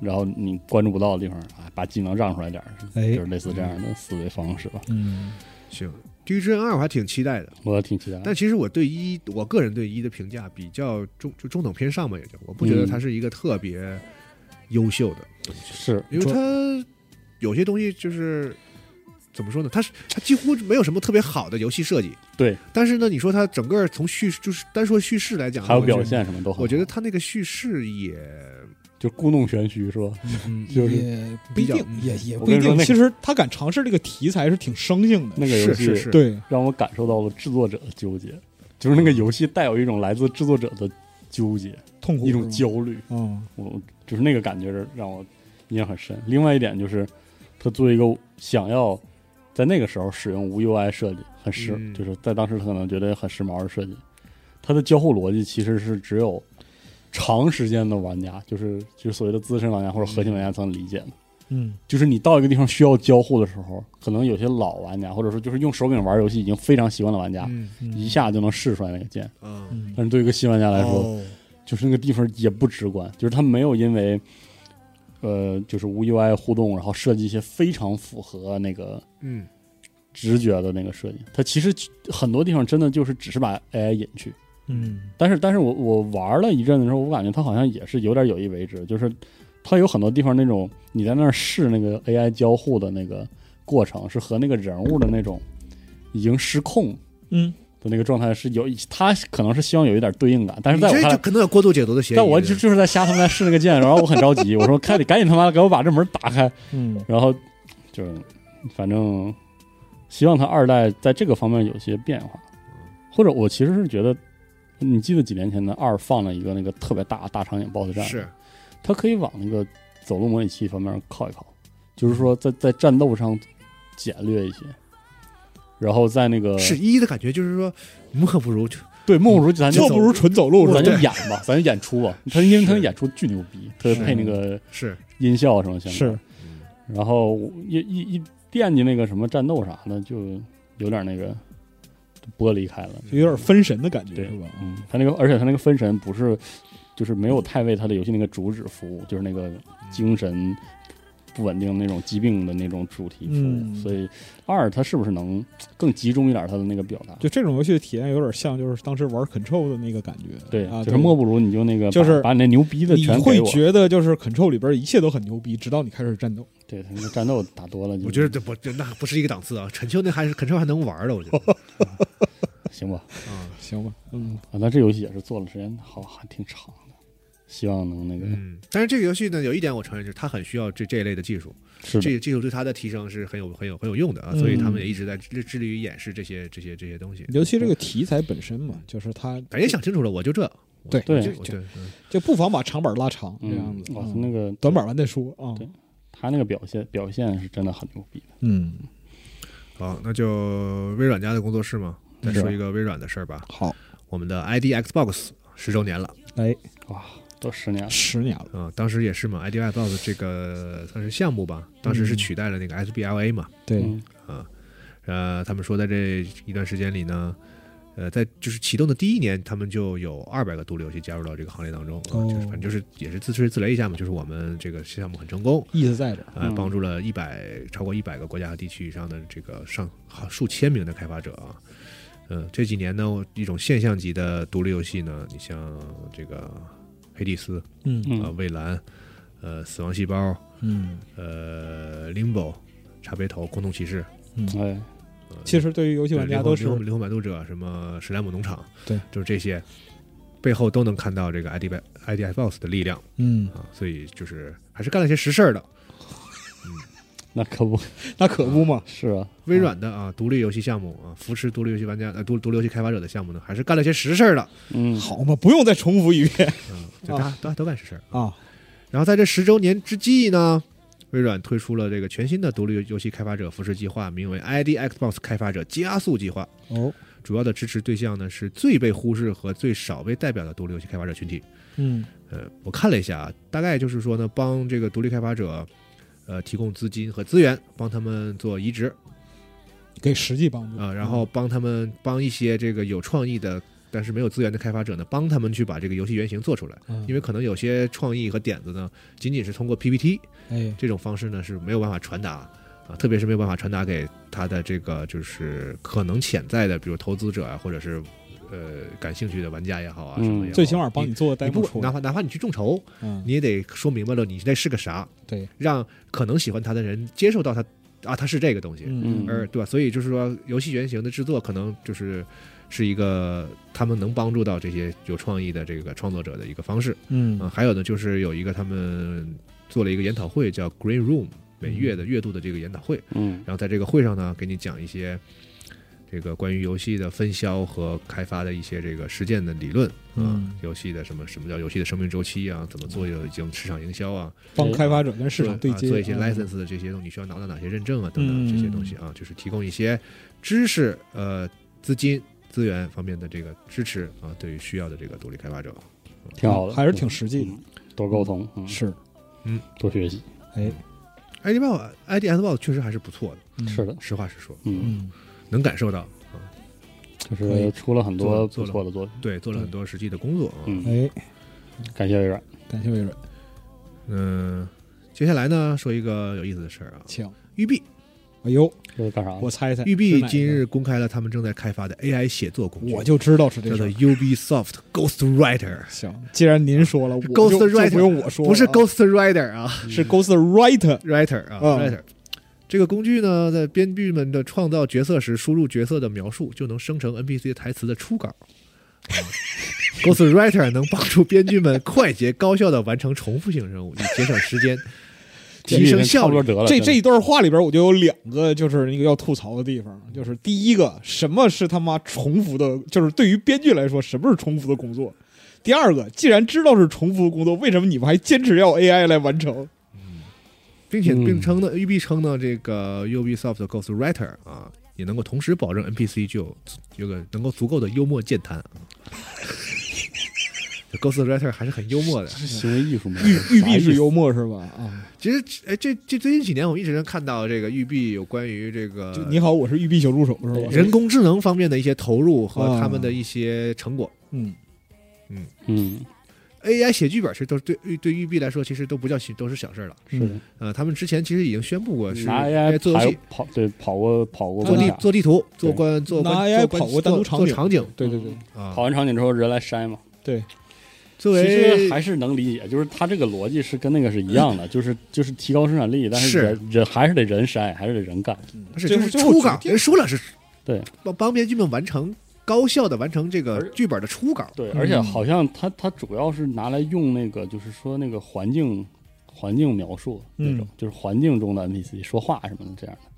然后你关注不到的地方啊，把技能让出来点儿，
哎
嗯就是类似这样的思维方式吧。
嗯，
哦行，《地狱之刃二》我还挺期待的，
我挺期待的。
但其实我对一，我个人对一的评价比较中，就中等偏上吧，也就我不觉得它是一个特别优秀的。
是
因为它有些东西就是怎么说呢？它是它几乎没有什么特别好的游戏设计，
对，
但是呢，你说它整个从叙就是单说叙事来讲，
还有
我觉得
表，现什么都很好，
我觉得它那个叙事也
就故弄玄虚是吧？就是
也不一
比较
定，也也
我
不一
跟你说
定。
那个
其实他敢尝试这个题材是挺生性的。
那个游
是
戏
是是，
对，
让我感受到了制作者的纠结，就是那个游戏带有一种来自制作者的纠结，
痛苦
一种
是吗
焦虑，
嗯，
我就是那个感觉让我印象很深。另外一点就是，他作为一个想要在那个时候使用无 UI 设计，很时、
嗯
就是在当时可能觉得很时髦的设计，它的交互逻辑其实是只有长时间的玩家，就是就是所谓的资深玩家或者核心玩家才能理解的。
嗯，
就是你到一个地方需要交互的时候，可能有些老玩家，或者说就是用手柄玩游戏已经非常习惯的玩家，
嗯
嗯
一，下就能试出来那个键。
啊
嗯
但是对于一个新玩家来说，
哦
就是那个地方也不直观，就是他没有因为，呃，就是无 UI 互动，然后设计一些非常符合那个
嗯
直觉的那个设计。它其实很多地方真的就是只是把 AI 引去，
嗯，
但是但是我我玩了一阵子之后，我感觉它好像也是有点有意为之，就是它有很多地方那种你在那儿试那个 AI 交互的那个过程，是和那个人物的那种已经失控
嗯，
的那个状态是有，它可能是希望有一点对应感，但是
你
在我
这
看
就
来。
可能有过度解读的嫌疑。
但我就就是在瞎他们在试那个键，然后我很着急，我
[LAUGHS]
说开得赶紧他妈给我把这门打开，
嗯，
然后就是反正希望他二代在这个方面有些变化，或者我其实是觉得，你记得几年前的二放了一个那个特别大大场景 BOSS 战，
是
它可以往那个走路模拟器方面靠一靠，就是说在在战斗上简略一些。然后在那个
是一的感觉，就是说莫不如就
对梦如咱就
这不如纯走路是吧
咱就？演吧，咱就演出吧。他因为他演出巨牛逼，他
是
配那个
是
音效什么相关。
是，
然后我一一一惦记那个什么战斗啥的，就有点那个剥离开了。
就有点分神的感觉
对
是吧？
嗯，他那个，而且他那个分神不是，就是没有太为他的游戏那个主旨服务，就是那个
嗯
精神不稳定那种疾病的那种主题服务。
嗯
所以二他是不是能更集中一点他的那个表达？
就这种游戏的体验有点像，就是当时玩 Control 的那个感觉。
对，
啊，
就是莫不如你就那个把
就是
把你那牛逼的
你
全
会
给我。
觉得就是 Control 里边一切都很牛逼，直到你开始战斗。
对他那个战斗打多了就，
我觉得这不这那不是一个档次啊。陈秋那还是肯秋还能玩的，我觉得
行吧。
啊，
行吧，嗯，
啊，那这游戏也是做了时间好还挺长的，希望能那个、
嗯。但是这个游戏呢，有一点我承认，就是它很需要这这一类的技术。
是的
这个技术对他的提升是很有很有很有用的啊，
嗯
所以他们也一直在致致力于掩饰这些这些这些东西。
尤其这个题材本身嘛，就是它
哎
咱也想清楚了，我就这，
对
对
我就
就
对，嗯
就不妨把长板拉长这
嗯
样子，
哇，
嗯
那个
短板完再说啊。
对他那个表现表现是真的很牛逼的。
嗯，
好，那就微软家的工作室嘛，再说一个微软的事儿吧。
好，
我们的 ID Xbox 十周年了
哎，
哇，都十年了，
十年了，
啊、当时也是嘛，ID Xbox 这个算是项目吧，当时是
嗯
取代了那个 SBLA 嘛，
对，
嗯
啊，呃，他们说在这一段时间里呢，呃，在就是启动的第一年，他们就有二百个独立游戏加入到这个行列当中啊，
哦
就是反正就是也是自吹自擂一下嘛，就是我们这个项目很成功，
意思在这儿。
呃，
嗯
帮助了一百超过一百个国家和地区以上的这个上好数千名的开发者啊。嗯，这几年呢，我一种现象级的独立游戏呢，你像这个《黑蒂斯》
嗯
啊、
嗯
蔚蓝》、呃，《死亡细胞》、
嗯
呃，《Limbo》、茶杯头、空洞骑士、
嗯，
哎，
呃
其实对于游戏玩家
灵
都
魂
是
灵魂灵魂摆渡者，什么史莱姆农场，
对，
就是这些背后都能看到这个 ID IDFOX 的力量
嗯，
啊，所以就是还是干了些实事儿的。
那可不
那可不嘛。
是啊，
微软的啊，独立游戏项目啊，扶持独立游戏玩家呃独独立游戏开发者的项目呢，还是干了些实事儿的。
嗯，
好嘛，不用再重复一遍
嗯，就大家都都干实事儿。
啊。
然后在这十周年之际呢，微软推出了这个全新的独立游戏开发者扶持计划，名为 ID Xbox 开发者加速计划。
哦，
主要的支持对象呢是最被忽视和最少被代表的独立游戏开发者群体。
嗯
呃，我看了一下啊，大概就是说呢，帮这个独立开发者，呃，提供资金和资源，帮他们做移植
给实际帮助
啊、然后帮他们帮一些这个有创意的但是没有资源的开发者呢，帮他们去把这个游戏原型做出来。
嗯
因为可能有些创意和点子呢，仅仅是通过 PPT
哎，
这种方式呢是没有办法传达啊，特别是没有办法传达给他的这个就是可能潜在的，比如投资者啊，或者是呃感兴趣的玩家也好啊，
嗯
什么也好
最起码帮
你
你做个
你
demo
不
出
哪
来。
怕哪怕你去众筹，
嗯，
你也得说明白了你那是个啥，
对，
让可能喜欢他的人接受到他啊，他是这个东西，
嗯
而对吧？所以就是说，游戏原型的制作可能就是是一个他们能帮助到这些有创意的这个创作者的一个方式。嗯，
嗯
还有呢，就是有一个他们做了一个研讨会，叫 Green Room，每
嗯
月的月度的这个研讨会。
嗯
然后在这个会上呢，给你讲一些这个关于游戏的分销和开发的一些这个实践的理论啊、
嗯
游戏的什么什么叫游戏的生命周期啊，怎么做已经市场营销啊，
帮开发者跟市场
对
接，
啊，做一些
嗯
license 的这些东西，你需要拿到哪些认证啊等等
嗯
这些东西啊，就是提供一些知识、呃资金、资源方面的这个支持啊，对于需要的这个独立开发者。
挺好的，
还是挺实际
嗯多沟通，嗯
的。，是，
多学习，
哎，
ID b o ID S b o 确实还是不错的，
嗯
是，的，
实话实说，
嗯，
嗯
能感受到。
就
可以
是出了很多
做
不
了
错的作品，
对，做了很多实际的工作啊。
嗯，
哎，
感谢微软，
感谢微软，
嗯，接下来呢，说一个有意思的事儿啊，
请。
育碧，
哎呦，
这是干啥的？
我猜猜，
育
是
碧
哪个
今日公开了他们正在开发的 AI 写作工具，
哎我就知道是这
叫
事
做
儿。
Ubisoft Ghostwriter，
行，既然您说了，我就
Ghost
就
Rider
不用我说了啊，
不是 Ghostwriter 啊。
是 Ghost Writer。
Writer 啊、
嗯
w r i t e r 这个工具呢，在编剧们的创造角色时，输入角色的描述，就能生成 NPC 台词的初稿。Ghost Writer 能帮助编剧们快捷高效地完成重复性任务，以节省时
[LAUGHS]
间，提升效率。
得了，
这
真的
这一段话里边，我就有两个就是那个要吐槽的地方，就是第一个，什么是他妈重复的？就是对于编剧来说，什么是重复的工作？第二个，既然知道是重复的工作，为什么你们还坚持要 AI 来
[LAUGHS]
完成？
并且
嗯
并称呢，育碧称呢，这个 Ubisoft 的 Ghost Writer 啊，也能够同时保证 NPC 具有有个能够足够的幽默健谈。 [LAUGHS] 这 Ghost Writer 还是很幽默的，
行为艺术
哎
嘛，
玉玉
啥意
璧
思
是幽默是吧？啊，
其实，哎，这这最近几年，我们一直能看到这个育碧有关于这个
就你好，我是玉璧小助手是吧？
人工智能方面的一些投入和
哦
他们的一些成果。
嗯，
嗯，
AI 写剧本其实都是对对育碧来说，其实都不叫小都是小事儿了。
是的，
呃，他们之前其实已经宣布过是
拿 AI
做游戏、
跑跑对跑过跑过
做
关
地
卡，
做地图、做
对
关做关
拿 AI
做关
跑过单独
做
场
做
景
场景
对对对，
啊
跑。完场景之后人来筛嘛，
对，
作
其
为
实还是能理解，就是他这个逻辑是跟那个是一 [LAUGHS] 样的，就是就是提高生产力，但
是
人人还是得人筛，还是得人干，
不是
最
就
后
是
最后
初稿，
决定
人说了是
对
帮帮编剧们完成高效的完成这个
而
剧本的初稿。
对，
嗯
而且好像它它主要是拿来用那个，就是说那个环境环境描述那种，
嗯
就是环境中的 NPC 说话什么的这样的。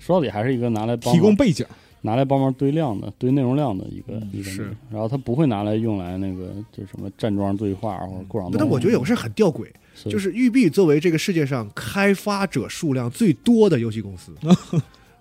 说到底还是一个拿来帮忙
提供背景，
拿来帮忙堆量的、堆内容量的一个、
嗯
一个
是
那个，然后它不会拿来用来那个就是什么站桩对话啊或者过场动画。
但我觉得有个事儿很吊诡，
是
就是育碧作为这个世界上开发者数量最多的游戏公司，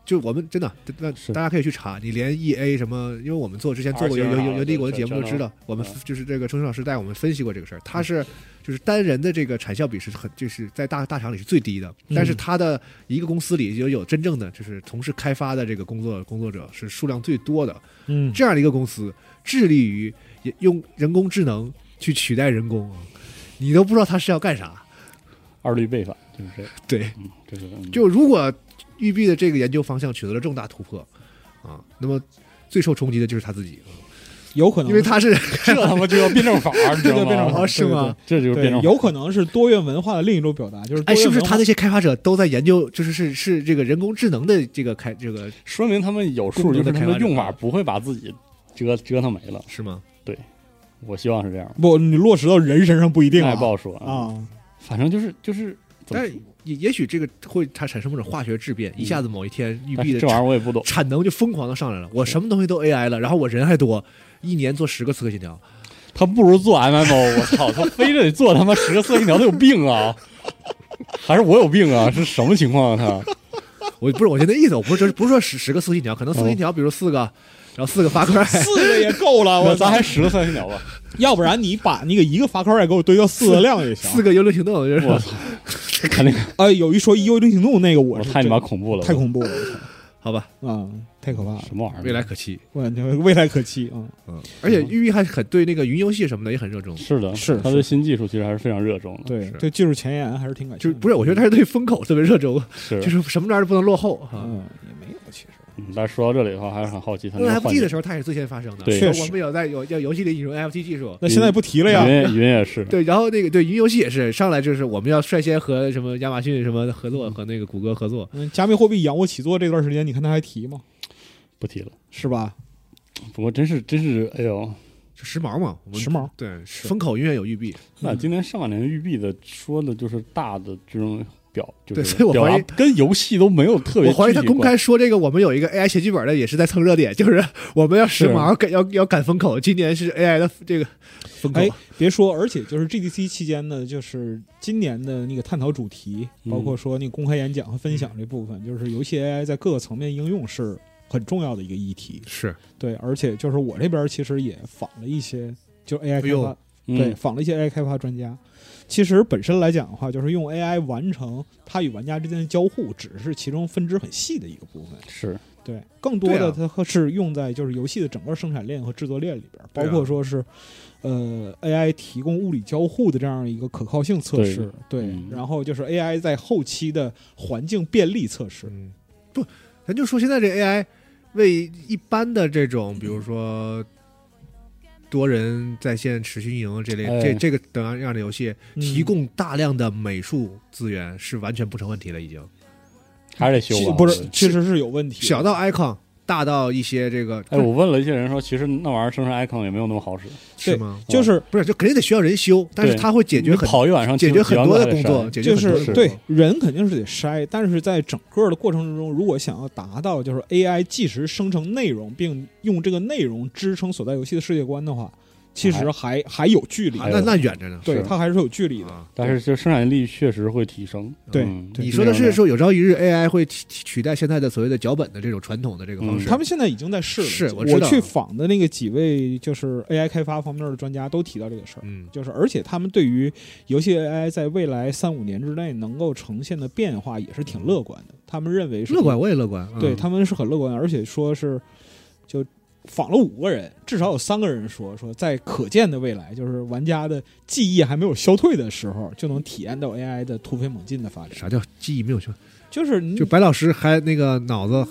就我们真的，大
是
大家可以去查，你连 E A 什么，因为我们做之前做过游
RCR
游游
的
游帝国的节
这
目
这
都知道，我们
嗯
就是这个程序老师带我们分析过这个事儿，它是就是单人的这个产效比是很就是在大大厂里是最低的，但是它的一个公司里就有真正的就是从事开发的这个工作工作者是数量最多的，
嗯，
这样的一个公司致力于也用人工智能去取代人工，啊你都不知道他是要干啥。
二律背反就是这样，
对，
嗯，这个嗯
就如果育碧的这个研究方向取得了重大突破，啊，那么最受冲击的就是他自己，
有可能，
因为他是
这他妈就要辩证法，你知
这
[LAUGHS] 道
就变成
吗？
哦是吗？
[LAUGHS] 这就是
对
辩证
对，
法，
有可能是多元文化的另一种表达，就是
哎，是不是
多元文化
他那些开发者都在研究，就是是是这个人工智能的这个开这个
说明他们有数，
共
就
同
是
的
他
开
们
发者
用法不会把自己折折腾没了。
是吗？
我希望是这样，
不，你落实到人身上不一定
还
啊
不好说，
嗯
啊，
反正就是就是，怎么
但是也也许这个会它产生某种化学质变，一下子某一天育
但
碧
是
的
这玩意儿我也不懂，
产能就疯狂的上来了，我什么东西都 AI 了，然后我人还多，一年做十个刺客信条，
他不如做 MMO，我 [LAUGHS] 操，他非得做他妈十个色一条，他有病啊！还是我有病啊？是什么情况啊？他
我不是我现在意思，我不是说不是说十十个刺客信条，可能刺客信条比如四个，然后哦四个发块，
四个也够 [LAUGHS] 了，我
咱
咱
还
还
十个色一条吧？
要不然你把那个一个发块儿也给我堆到四个量也行
四。个幽灵行动，就是
我操，这肯定
[LAUGHS] 哎，有一说一，幽灵行动那个我
我
是
太你
真
妈恐怖了，
太恐怖了，我
好吧，
操啊，太可怕了，
什么玩意儿？
未来可期。
我感觉未来可期啊。
嗯，而且育碧还很对那个云游戏什么的也很热
嗯
衷，
是的，
是
他对新技术其实还是非常热衷的，。
对
是
对，技术前沿还是挺感
就
兴
不是我觉得他是对风口特别热衷，就是是什么玩意儿都不能落后哈。
嗯也没有其实
嗯但是说到这里的话，还是很好奇他那个幻
NFT
境
的时候，它也是最先发生的。
对
然后
确
我
实
们有在有在游戏里引入 NFT 技术。
那现在不提了呀，
云云也是，
对，然后那个对云游戏也是上来就是我们要率先和什么亚马逊什么合作，和那个谷歌合作。
嗯，加密货币仰卧起坐这段时间，你看他还提吗？
不提了。
是吧？
不过真是真是，哎呦，
就时髦嘛，我们
时髦
对，风口永远有玉璧。
那今年上半年育碧的说的就是大的这种表，就是
对所以我
表达
怀疑
跟游戏都没有特别。
我怀疑他公开，说这个，我们有一个 AI 写剧本的，也是在蹭热点，就是我们要时髦，赶要要赶风口。今年是 AI 的这个风口
哎，别说，而且就是 GDC 期间呢，就是今年的那个探讨主题，
嗯
包括说那个公开演讲和分享这部分，就是游戏 AI 在各个层面应用是很重要的一个议题。
是
对，而且就是我这边其实也访了一些，就是 AI
哎
开
呦
发，对，
嗯，
访了一些 AI 开发专家。其实本身来讲的话，就是用 AI 完成它与玩家之间的交互，只是其中分支很细的一个部分。
是
对，更多
对
的
啊
它和是用在就是游戏的整个生产链和制作链里边儿，包
对啊
括说是，呃，AI 提供物理交互的这样一个可靠性测试，对，
嗯
然后就是 AI 在后期的环境便利测试，
嗯，不，咱就说现在这 AI 为一般的这种，比
嗯
如说多人在线持续运营这类、
哎
这这个等样样的游戏，
嗯
提供大量的美术资源是完全不成问题了，已经。
还是得修
其
吧。嗯
不
我觉
是
得
其实是有问题的，
小到 icon，大到一些这个，
哎，我问了一些人说，其实那玩意儿生成 icon 也没有那么好使，
是吗？
就是
不是，就肯定得需要人修，但是
对
它会解决
你
很
跑一晚上，
解决很多的
几万
工
块钱
作，
删
解决
就
很多的
是
工作。
对人肯定是得筛，但是在整个的过程之中，如果想要达到就是 AI 即时生成内容，并用这个内容支撑所在游戏的世界观的话，其实还还有距离
啊，
还有
的，
那那远着呢。
对
是
它还是有距离的。
啊，
但是就生产力确实会提升。
对
嗯
对
你说的是说有朝一日 AI 会取取代现在的所谓的脚本的这种传统的这个方
嗯
式？
他们现在已经在试了，
是
我
我知道
去访的那个几位就是 AI 开发方面的专家都提到这个事儿，
嗯，
就是而且他们对于游戏 AI 在未来三五年之内能够呈现的变化也是挺乐观的，他们认为是
乐观，我也乐观。
对
嗯
他们是很乐观，而且说是就访了五个人，至少有三个人说说在可见的未来，就是玩家的记忆还没有消退的时候，就能体验到 AI 的突飞猛进的发展。
啥叫记忆没有消？
嗯就是你
就白老师还那个脑子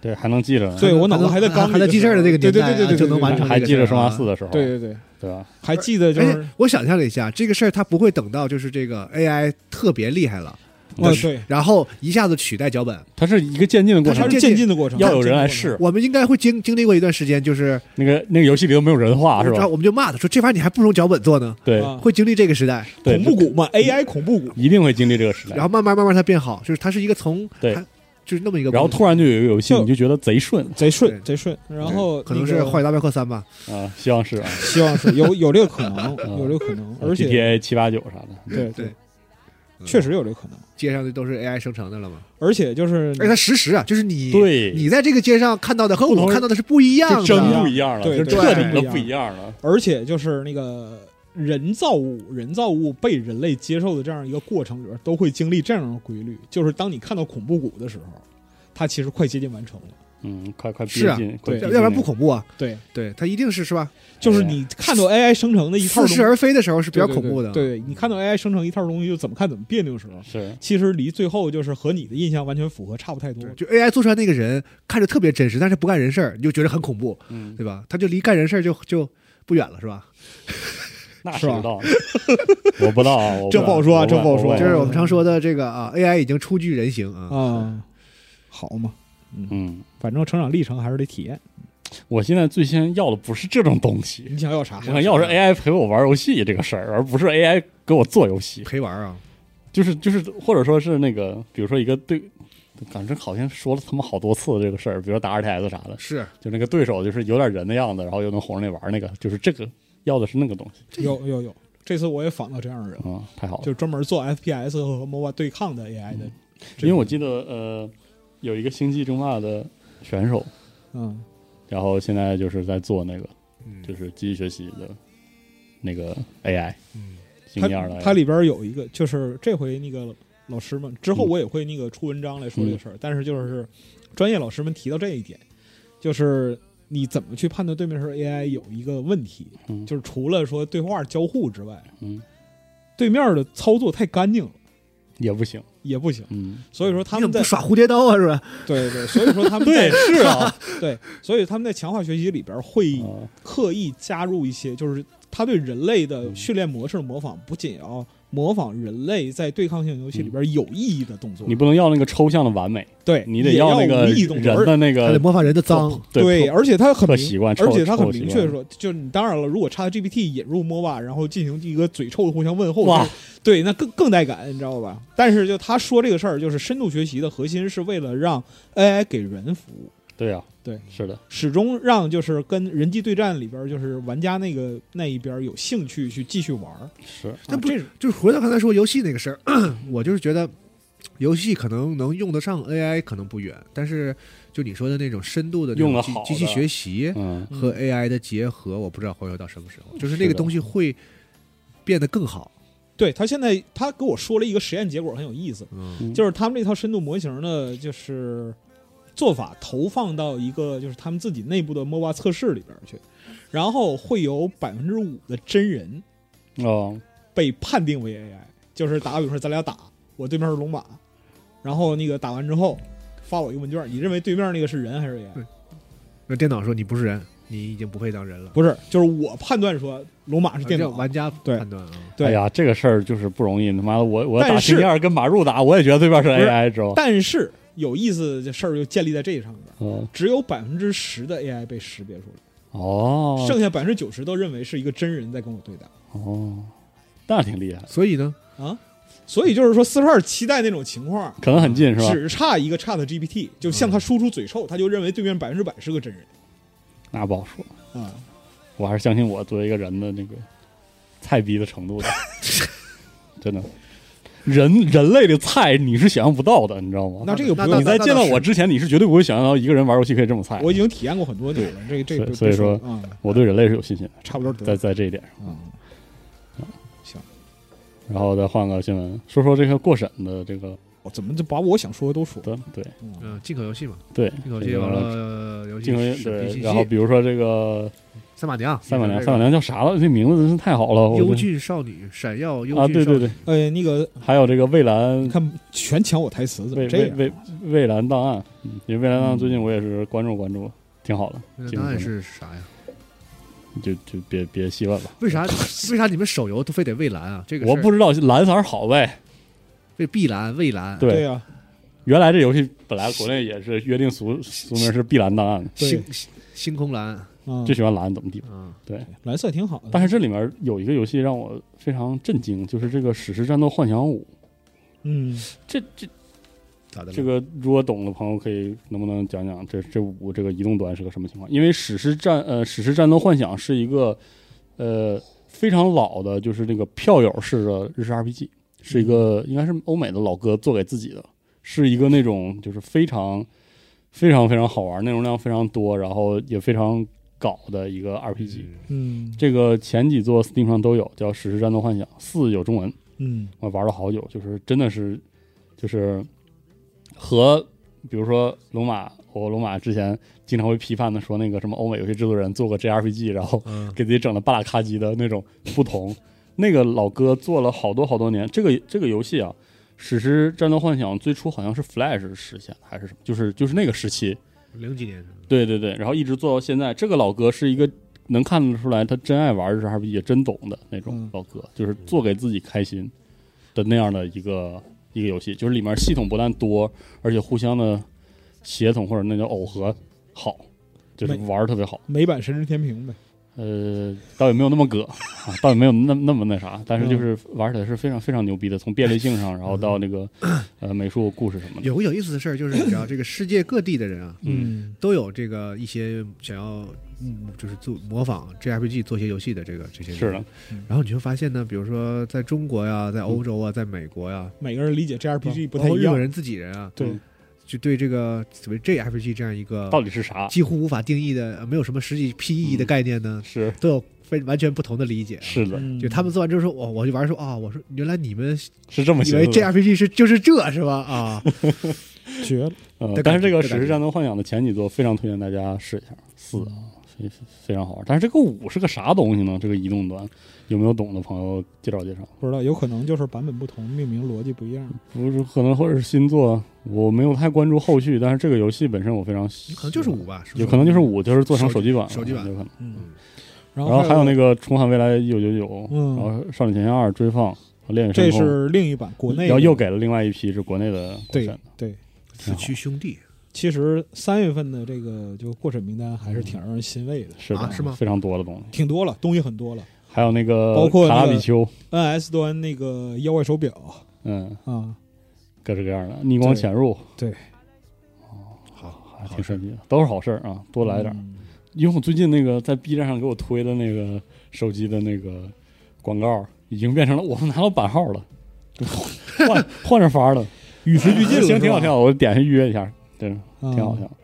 对，还能记着呢，
对我脑子
还
还在
刚
刚
还在记事儿的这个年
对对
代
对
啊
对对，
就能完成这个事儿啊
还记着生化四的时候，
对对对，
对吧？
还记得就是
哎。我想象了一下，这个事儿它不会等到就是这个 AI 特别厉害了，
哦，
是
对，
然后一下子取代脚本。
它是一个渐进的过
它
程
它，
是渐进的过程，
要有人来试。
我们应该会经经历过一段时间，就是
那个那个游戏里都没有人话啊是
然
吧
后？我们就骂他说这玩意儿你还不如脚本做呢，
对
啊
会经历这个时代，
对，
恐怖谷嘛，AI 恐怖谷，
一定会经历这个时代
然。后慢慢慢慢它变好，就是它是一个从
对
它就是那么一个过程，
然后突然就有一个游戏，
就
你就觉得贼
[LAUGHS]
顺
贼
对
顺贼顺。然后
可能
那
是
个
《荒野大镖客三》吧，
啊，希望是啊，
[LAUGHS]
[LAUGHS] 嗯
希望是有有这个可能，有这个可能，而且
GTA 七八九啥的，
对
对，
嗯确实有这可能。
街上的都是 AI 生成的了嘛。
而且就是
而且它实时啊，就是你
对
你在这个街上看到的和
不
我
同
看到的是不一样
就真
的。
不一样了，
对
就
对
彻底的
对
不一样了。
而且就是那个人造物，人造物被人类接受的这样一个过程里边，都会经历这样的规律，就是当你看到恐怖谷的时候，它其实快接近完成了。
嗯，快快逼
是啊
近，快
对
逼
要要
近
不然
那
不
个
恐怖啊！
对，
对，它一定是是吧？
就是你看到 AI 生成的一套
似
东
是
西，
而非的时候是比较
对
恐怖的。
对对对你看到 AI 生成一套东西，就怎么看怎么别扭的时候，
是
其实离最后就是和你的印象完全符合，差不太多。
对，就 AI 做出来那个人看着特别真实，但是不干人事儿，你就觉得很恐怖，
[LAUGHS]
嗯，
对吧？他就离干人事儿就就不远了，是吧？
那
是
谁
吧
知道？我不知道啊，我
这不好说啊这不好说啊
就是我们
嗯
常说的这个啊，AI 已经初具人形啊。
啊，好嘛，
嗯，
反正成长历程还是得体验。
我现在最先要的不是这种东西，
你想要啥
我？想
啊
要是 AI 陪我玩游戏这个事儿，而不是 AI 给我做游戏。
陪玩啊，
就是就是，或者说是那个，比如说一个对，反正好像说了他妈好多次这个事儿，比如说打 RTS 啥的，
是
就那个对手就是有点人的样子，然后又能哄着你玩那个，就是这个要的是那个东西
有有有，这次我也仿到这样的人
啊、，嗯太好了
就。专门做 FPS 和 MOBA 对抗的 AI 的这种。
因为我记得呃，有一个星际争霸的选手，
嗯，
然后现在就是在做那个
嗯
就是机器学习的那个 AI，
嗯
星际二
它
的
它
AI，
里边有一个，就是这回那个老师们之后，
嗯
我也会那个出文章来说这个事儿，但是就是专业老师们提到这一点，就是你怎么去判断对面是 AI 有一个问题，
嗯
就是除了说对话交互之外，
嗯，
对面的操作太干净了
也不行，
也不行。
嗯，
所以说他
你怎
们
么
在
不耍蝴蝶刀啊？是吧？
对对，所以说他们
[LAUGHS]
在
是啊，
[LAUGHS] 对，所以他们在强化学习里边会
啊
刻意加入一些，就是他对人类的训
嗯
练模式的模仿，不仅要模仿人类在对抗性游戏里边有意义的动作，
你不能要那个抽象的完美，
对
你
也
得
要
那个
无意义动作，
人
而
的那
还得
个
模仿人的脏，
对，而且他很
特
明
习惯
而且他
臭
很
臭习
明
惯
确说，就你当然了，如果 ChatGPT 引入 MOBA，然后进行一个嘴臭的互相问候，
哇
就是，对，那更更带感，你知道吧？但是就他说这个事儿，就是深度学习的核心是为了让 AI 给人服务。
对啊，
对，
是的，
始终让就是跟人机对战里边儿就是玩家那个那一边儿有兴趣去继续玩儿，
是，
那
啊
不
这是
就是回到刚才说游戏那个事儿， [CLEARS THROAT] 我就是觉得游戏可能能用得上 AI 可能不远，但是就你说的那种深度的那种
用得
机
好的
机器学习
嗯，
和 AI 的结合，我不知道会有到什么时候，就是那
是
个
的
东西会变得更好。
对他现在他给我说了一个实验结果很有意思，
嗯
嗯
就是他们这套深度模型呢，就是做法投放到一个就是他们自己内部的 MOBA 测试里边儿去，然后会有百分之五的真人
哦，
被判定为 AI，就是打个比如说咱俩打，我对面是龙马，然后那个打完之后发我一个问卷，你认为对面那个是人还是 AI？
那电脑说你不是人，你已经不配当人了。
不是，就是我判断说龙马是电
这
脑，
玩家
对
判断啊，
对
哎呀，这个事儿就是不容易。他妈的，我我打
但是
星期二跟马入打，我也觉得对面是
不是
AI，知道吧？
但是有意思的事儿就建立在这上面，
嗯，
只有百分之十的 AI 被识别出来，
哦
剩下百分之九十都认为是一个真人在跟我对打。
哦，那挺厉害的，
所以呢，
所以就是说，四十二期待那种情况，
可能很近是吧？
只差一个 Chat GPT，就向他输出嘴臭，他就认为对面百分之百是个真人
那不好说，
啊、
我还是相信我作为一个人的那个菜逼的程度的， [LAUGHS] 真的。人人类的菜你是想象不到的，你知道吗？
那这个不
那
用
你在见到
那倒
我之前，你是绝对不会想象到一个人玩游戏可以这么菜。
我已经体验过很多年了，这这
所以
不
所以
不
说
啊、
我对人类是有信心的，
差不多得
在
了
在这一点上。
啊、
然后再换个新闻，说说这个过审的这个
我哦怎么就把我想说的都说了？
的对
嗯
嗯，进口游戏嘛，
对，
进口游
这
戏
个
完了，游戏
进行
视频
对，
信
然后
息，
比如说这个
三马娘，
赛马娘，
这
赛马
个
娘叫啥了？这名字真是太好了，我
幽
这
俊少女，闪耀幽
啊，
俊
对
少
对
女，
对，
呃，那个
还有这个蔚蓝
你看全抢我台词，怎
蔚
么这
蔚
样？
蔚蔚蓝档案，嗯，因为蔚蓝档案
嗯
最近我也是关注关注，挺好的，
那
进
答案
行
是啥呀？
就就别别细问了，
为
[LAUGHS]
啥为啥你们手游都非得蔚蓝啊？这个
我
事儿
不知道蓝色儿好呗，
为碧蓝蔚蓝，
对，
对啊呀、
原来这游戏本来国内也是约定俗俗名是碧蓝档案，
对
星星星空蓝
啊，
就喜欢蓝怎么地吧，
啊，
对。
蓝色挺好的，
但是这里面有一个游戏让我非常震惊，就是这个《史诗战斗幻想五》，
嗯，
这这
咋的了？
这个如果懂的朋友可以能不能讲讲这这五这个移动端是个什么情况？因为《史诗战》呃，《史诗战斗幻想》是一个呃非常老的，就是那个票友式的日式 RPG，是一个应该是欧美的老哥做给自己的，是一个那种就是非常非常非常好玩，内容量非常多，然后也非常搞的一个 RPG。
嗯
这个前几座 Steam 上都有，叫《史诗战斗幻想四》，有中文，
嗯
我玩了好久，就是真的是就是和比如说龙马，我龙马之前经常会批判的说那个什么欧美游戏制作人做过 JRPG，然后
嗯
给自己整的巴拉咔叽的那种不同。那个老哥做了好多好多年，这个这个游戏啊，《史诗战斗幻想》最初好像是 Flash 实现的还是什么，就是就是那个时期，
嗯零几年的
对对对，然后一直做到现在。这个老哥是一个能看得出来他真爱玩日式 RPG，也真懂的那种
嗯
老哥，就是做给自己开心的那样的一个一个游戏，就是里面系统不但多，而且互相的协同或者那叫耦合好，就是
没
玩儿特别好。
美版《神之天平》呗，
呃，倒也没有那么葛，啊，倒也没有那那么那啥，但是就是玩起来是非常非常牛逼的，从便利性上，然后到那个呃美术故事什么的，
有个有意思的事儿，就是你知道，这个世界各地的人啊，
嗯
都有这个一些想要，嗯，就是做模仿 JRPG 做些游戏的这个这些人。
是的，
然后你就发现呢，比如说在中国呀，在欧洲啊，在美国呀，
每个人理解
包
JRPG 不
包
太
括
一
日本
样。
人自己人啊，
对
嗯，
就对这个所谓 JRPG 这样一个
到底是啥？
几乎无法定义的、呃没有什么实际 PE 的概念呢，
是
都有非完全不同的理解啊。
嗯是的，
嗯
就他们做完之后说，我我就玩说啊，我说原来你们
是这么
以
写
为
的。
JRPG 是就是这是吧？啊，
绝了，
呃
的，
但
感觉
是这个
的
《史
感
诗
觉
战斗幻想》的前几座非常推荐大家试一下，四啊，非非常好玩。但是这个五是个啥东西呢？这个移动端有没有懂的朋友介绍介绍？
不知道有可能就是版本不同，命名逻辑不一样。
不是，可能或者是新作，我没有太关注后续，但是这个游戏本身我非常喜
可能就是五吧，是不
有可能就是五，就是做成手
手
机版了，
手机版
有可能。
嗯，然
然后还有那哦
个，
个《重返未来一九九九》，
嗯
然后《少女前线二》《追放》《恋与
这
深空》，
是另一版国内的，
然后又给了另外一批是国内的国
对
产的，
对。
挺
四
好
驱兄弟
其实三月份的这个就过审名单还是挺让人欣慰的，
是的，
啊是吗
非常多的东西，
挺多了，东西很多了。
还有那个
包括
卡
那
拉
个
比丘，
NS 端那个妖怪手表
嗯，
啊，
各式各样的逆光
对
潜入，哦
对，
好，
还
好
挺
事
神奇的，都是好事儿啊，多来点儿。
嗯
因为我最近那个在 B 站上给我推的那个手机的那个广告，已经变成了我们拿到版号了，就换换换着法儿了，
与时俱进了，
行，挺好，挺
是吧
好，我点下预约一下，真是挺好，挺。
啊
好，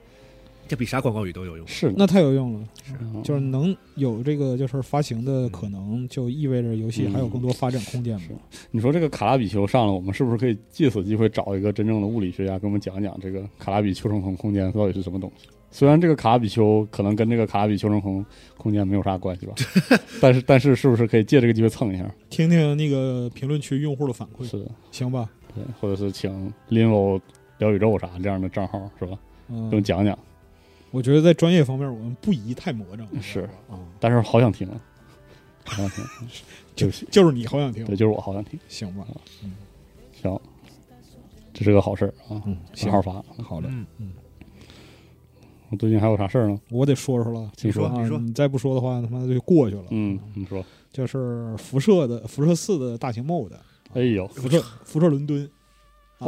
这比啥广告语都有用。
是的，
那太有用了，
嗯
就是能有这个就是发行的可能，就意味着游戏还有更多发展空间嘛。
你说这个卡拉比丘上了，我们是不是可以借此机会找一个真正的物理学家，给我们讲一讲这个卡拉比丘乘恒空间到底是什么东西？虽然这个卡拉比丘可能跟这个卡拉比丘乘恒空间没有啥关
[LAUGHS]
系吧，但是但是是不是可以借这个机会蹭一下？
听听那个评论区用户的反馈，
是的，
行吧？
对，或者是请 Linvo 聊宇宙啥这样的账号是吧？
嗯
给我，们讲讲，
我觉得在专业方面我们不宜太魔怔。
是
啊，
但是好想听，好想听，对
就
不起，
就是你好想听，
对，就是啊我好想听，
行吧？
行，这是个好事儿啊，
嗯，
小
行，
号发。
好嘞，
嗯，
我最近还有啥事儿呢？
我得说说了。
请
说
啊
你说
你再不说的话，他妈的就过去了。
嗯，你说，
就是辐射的辐射四的大型 MOD，
哎呦，
辐射辐射伦敦。啊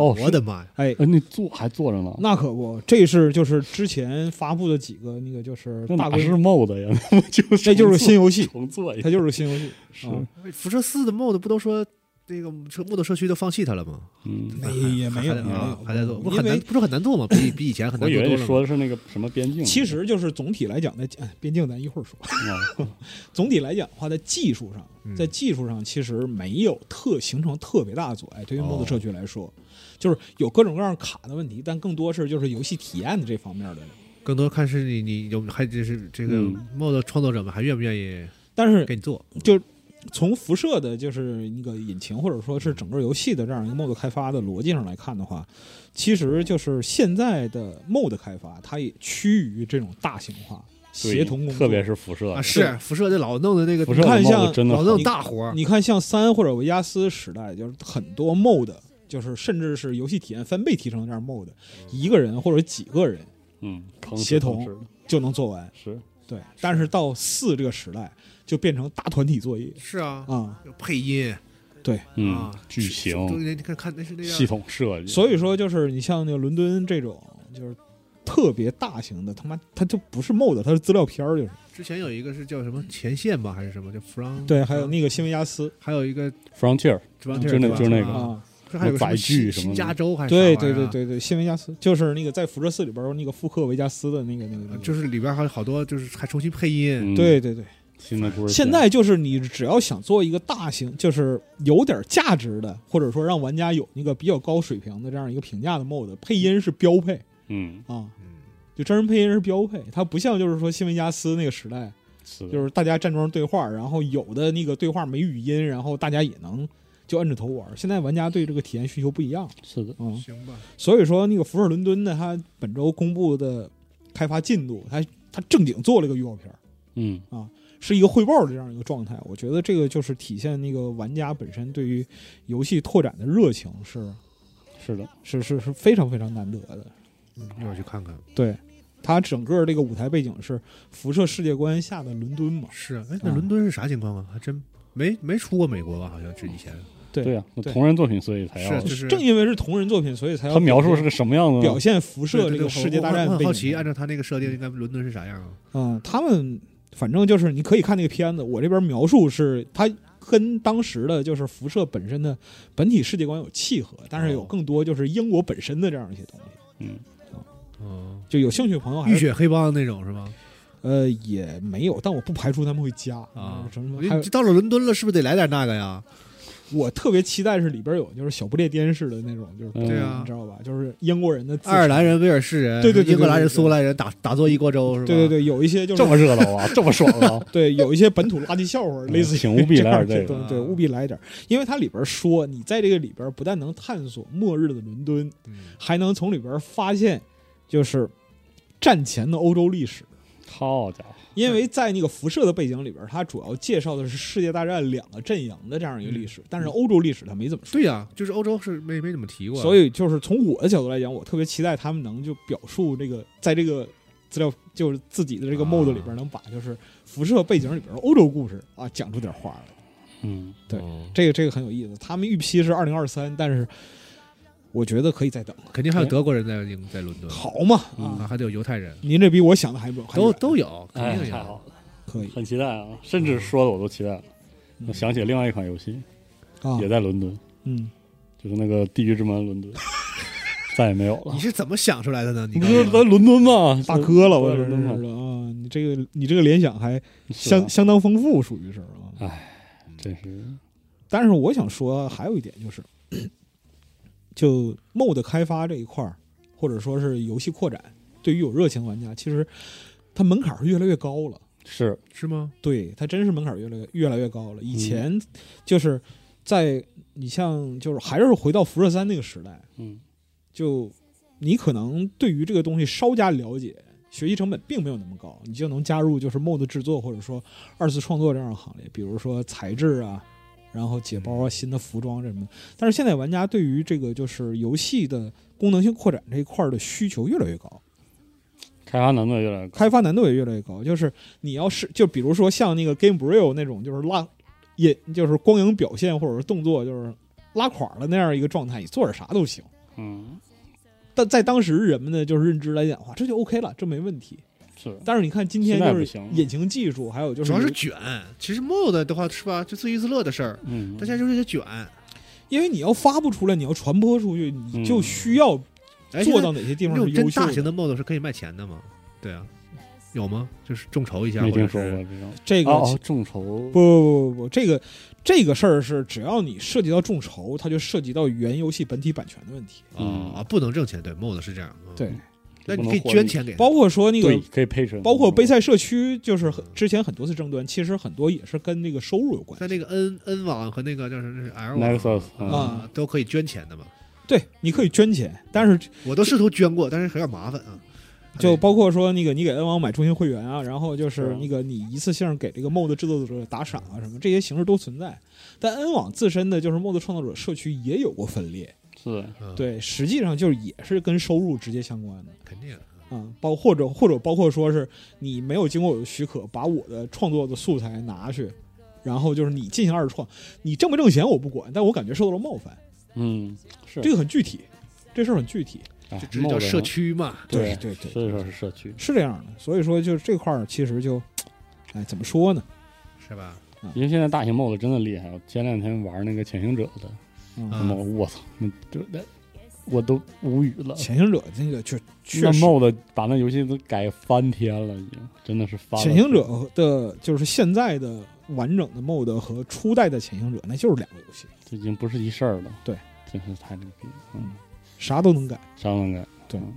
哦
啊我的妈呀，
哎，
哎，那坐还坐着呢，
那可不，这是就是之前发布的几个那个就是
那
大
哪
规
是
模，
MOD 呀？ [LAUGHS] 那不就是
这就是新游戏，
重做一
它
下，
就是新游戏。
是
啊
辐射四的 mod 不都说那个社 mod 社区都放弃它了吗？
嗯，
哎也没
还
有
在
也没有
啊还在做，不
因
很难，
为
不是很难做吗？比比以前很
我
难
以
做
为
多
你
了
说
吗。
的是那个什么边境，
其实就是总体来讲，在哎边境咱一会儿说。
啊
总体来讲的话，在技术上，
嗯
在技术上其实没有特形成特别大的阻碍。对于
哦
MOD 社区来说，就是有各种各样卡的问题，但更多是就是游戏体验的这方面的。
更多看是你你有还就是这个
嗯
mod 创作者们还愿不愿意
但是
给你做？
从辐射的就是那个引擎，或者说是整个游戏的这样一个 MOD 开发的逻辑上来看的话，其实就是现在的 MOD 开发，它也趋于这种大型化
对
协同工作。
特别是辐射
啊，是辐射这老弄的那个
嗯辐射
你看 [LAUGHS]
的 MOD
像
真的
老
好
弄大活儿，
你看，像三或者维加斯时代，就是很多 MOD，就是甚至是游戏体验翻倍提升的这样 MOD，一个人或者几个人
嗯，坑
协
是坑
同
是的
就能做完。
是
对，但是到四这个时代，就变成大团体作业
是啊，
啊、
有配音
嗯
啊，，
剧情
都你看看那是那
系
样
统设计，
所以说，就是你像那个伦敦这种，就是特别大型的，他妈它就不是 MOD，它是资料片儿，就是
之前有一个是叫什么前线吧，还是什么叫 from？
对，还有那个新闻压斯
还有一个
Frontier，
Frontier，
就那
对吧
就那个
啊，
这还有个
载具
什么
什
新新
么的
加州还是啥玩意
对
儿啊
对对对对，新闻压斯就是那个在辐射四里边儿那个复刻维加斯的那个那个，那个
就是里边还有好多就是还重新配音，
嗯，
对对对。
新的故事线。
现在就是你只要想做一个大型，就是有点价值的，或者说让玩家有那个比较高水平的这样一个评价的 MOD，配音是标配
嗯，
啊，
嗯，
就真人配音是标配，它不像就是说新闻加斯那个时代，
是的
就是大家站桩对话，然后有的那个对话没语音，然后大家也能就摁着头玩。现在玩家对这个体验需求不一样，
是的，
嗯，
行吧，
所以说那个《辐射伦敦》呢，它本周公布的开发进度，它它正经做了一个预告片儿，
嗯，
是一个汇报的这样一个状态。我觉得这个就是体现那个玩家本身对于游戏拓展的热情是
是的，
是是是非常非常难得的。
嗯，一会儿去看看。
对，它整个这个舞台背景是辐射世界观下的伦敦嘛，
是啊，哎，那
啊
伦敦是啥情况啊？还真没没出过美国吧？好像是以前
对
对呀，那
对
同人作品，所以才
是
要
哦就是
正因为是同人作品，所以才要
他描述是个什么样的呢？
表现辐射
对
这
对
个
对
世界
我
大
我
战
很
背
好
景
奇，按照他那个设定，应该伦敦是啥样啊？
嗯，他们反正就是你可以看那个片子，我这边描述是它跟当时的就是辐射本身的本体世界观有契合，但是有
哦
更多就是英国本身的这样一些东西。
嗯，
嗯，
就有兴趣的朋友还
浴
是
血黑帮那种是吗？
呃也没有，但我不排除他们会加
啊
什么
你
还有
你到了伦敦了，是不是得来点那个呀？
我特别期待是里边有就是小不列颠式的那种，就是
嗯对
啊
你知道吧？就是英国人的自
爱尔兰人、威尔士人、
对对对对
英格兰人、
对对对
苏格兰人打打坐一锅粥是吧？
对对对，有一些就是，
这么热闹啊，这么爽啊
[LAUGHS] 对，有一些本土垃圾笑话，类似于
请务必来
这样
点这个
的东西对，务必来点儿，因为它里边儿说，你在这个里边儿不但能探索末日的伦敦，
嗯，
还能从里边儿发现就是战前的欧洲历史。
好家伙，
因为在那个辐射的背景里边儿，它主要介绍的是世界大战两个阵营的这样一个历史，但是欧洲历史它没怎么说。
对呀，就是欧洲是没没怎么提过，
所以就是从我的角度来讲，我特别期待他们能就表述这个，在这个资料就是自己的这个
啊
mode 里边儿能把就是辐射背景里边儿的欧洲故事啊讲出点花来。
嗯，
对
哦
这个这个很有意思。他们预期是二零二三，但是我觉得可以再等，
肯定还有德国人在英在伦敦，
好嘛
啊，
啊！
还得有犹太人，
您这比我想的还不还
都
远
都有，
哎
肯，定
太
有
好。了，
可以
很期待啊，甚至说的我都期待了。
嗯
我想起另外一款游戏，
啊
也，在伦敦，
嗯，
就是那个《地狱之
[LAUGHS]
门：伦敦》，再也没有了
你。是怎么想出来的呢？你
不就是在伦敦吗？
大哥啊了，
在
我这
伦
是
敦嘛，
啊！你这个你这个联想还
是啊
相相当丰富，属于是啊。
真是
但是我想说还有一点就是， [CLEARS THROAT] 就 MOD 开发这一块儿，或者说是游戏扩展，对于有热情玩家，其实它门槛儿是越来越高了。
是
是吗？
对，它真是门槛儿越来越越来越高了。以前就是在你像就是还是回到辐射三那个时代，
嗯，
就你可能对于这个东西稍加了解，学习成本并没有那么高，你就能加入就是 MOD 制作或者说二次创作这样的行列，比如说材质啊。然后解包啊，新的服装什么的。但是现在玩家对于这个就是游戏的功能性扩展这一块儿的需求越来越高，
开发难度越来越高。
开发难度也越来越高。就是你要是就比如说像那个 Game Brio 那种，就是拉也就是光影表现或者是动作就是拉垮了那样一个状态，你做点啥都行。
嗯，
但在当时人们的就是认知来讲的话，这就 OK 了，这没问题。
是
但是你看今天
现在
就
不
是
行了
引擎技术，还有就是
主要是卷，其实 mod 的话是吧，就自娱自乐的事儿，
嗯，
但现在就是这卷，
因为你要发布出来，你要传播出去，你
嗯
就需要
哎，
做
现
到哪些地
在那
方是
种真
优秀
大型的 mod 是可以卖钱的吗？对啊，有吗？就是众筹一下，
没
或者
听说
是啊
过这种。
这个
哦
其
哦，众筹
不不不不不，这个这个事儿是只要你涉及到众筹，它就涉及到原游戏本体版权的问题。
嗯
啊，不能挣钱，对 mod 是这样，嗯
对，
那
不
你可
能
以
获利
捐钱给他，
包括说那个
对，可以配成，
包括杯赛社区，就是很之前很多次争端，其实很多也是跟那个收入有关
在
系。
那个 N N 网和那个叫什么那是 L 网
Nexus
啊
嗯
啊，都可以捐钱的嘛。
对，你可以捐钱，但是
我都试图捐过，但是有点麻烦啊。
[LAUGHS] 就包括说那个你给恩王买中心会员啊，然后就是
是
那个你一次性给这个 MOD 制作者打赏啊什么，这些形式都存在。但恩网自身的就是 MOD 创作者社区也有过分裂，
是
嗯，
对，实际上就是也是跟收入直接相关的。
肯定
啊，包或者或者包括说是你没有经过我的许可，把我的创作的素材拿去，然后就是你进行二创，你挣不挣钱我不管，但我感觉受到了冒犯，
嗯是
这个很具体，这事儿很具体，
哎
就直接叫
Mode
社区嘛。
对
对对，
所以说是社区
是这样的，所以说就是这块儿其实就哎，怎么说呢？
是吧？
因为现在大型 MOD 真的厉害。我前两天玩那个潜行者的，
嗯，
啊
什么我操，那就那我都无语了。
潜行者那个确确
呃那
实，
MOD 把那游戏都改翻天了，已经真的是翻了。
潜行者的就是现在的完整的 MOD 和初代的潜行者那就是两个游戏，
这已经不是一事儿了。
对，
真是太牛逼了。嗯，
啥都能改。
商量改。
对
嗯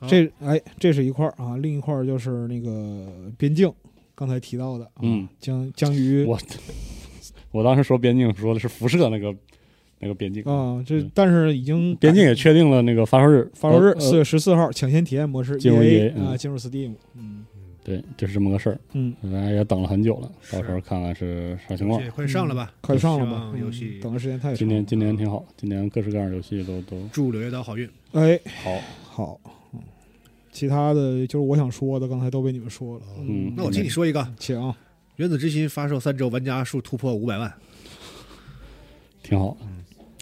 好
这哎，这是一块儿啊，另一块儿就是那个边境，刚才提到的啊，
嗯
将将于
我我当时说边境说的是辐射那个那个边境，
啊，这
对
但是已经
边境
改
也确定了那个发售日，
发售日
呃
四月十四号抢先体验模式
进入
EA
EA 嗯
啊，进入 Steam，嗯
对，就是这么个事儿。
嗯，
大家也等了很久了，到时候
是
看看是啥情况
这。快上了吧？
嗯快上了吧
上？游戏
嗯等的时间太
今
长了
年。今年挺好，今年各式各样的游戏都都
祝柳叶刀好运。
哎，
好。
好，嗯其他的就是我想说的，刚才都被你们说了。
嗯
那我替你说一个，《
请啊，
原子之心》发售三周，玩家数突破五百万。
挺好，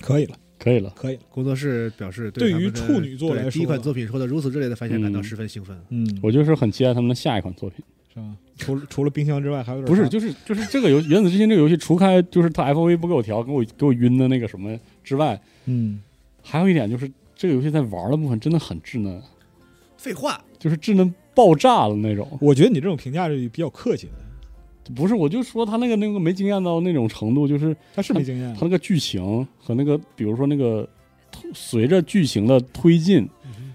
可以了，
可以了。
可以了。
工作室表示
对于
他们的
处女座来
对
说
第一款作品获得如此热烈的反响感到
嗯
十分兴奋。
嗯，
我就是很期待他们的下一款作品，
是吧？除了除了冰箱之外，还有点
不是，
啥
就是就是这个游《原子之心》这个游戏，除开就是它 F O V 不给我调，给我给我晕的那个什么之外，
嗯，
还有一点就是这个游戏在玩的部分真的很稚嫩，
废话，
就是稚嫩爆炸了那种。
我觉得你这种评价是比较客气的，
不是，我就说他那个那个没经验到那种程度，就是
他是没经验
他，那个剧情和那个，比如说那个随着剧情的推进，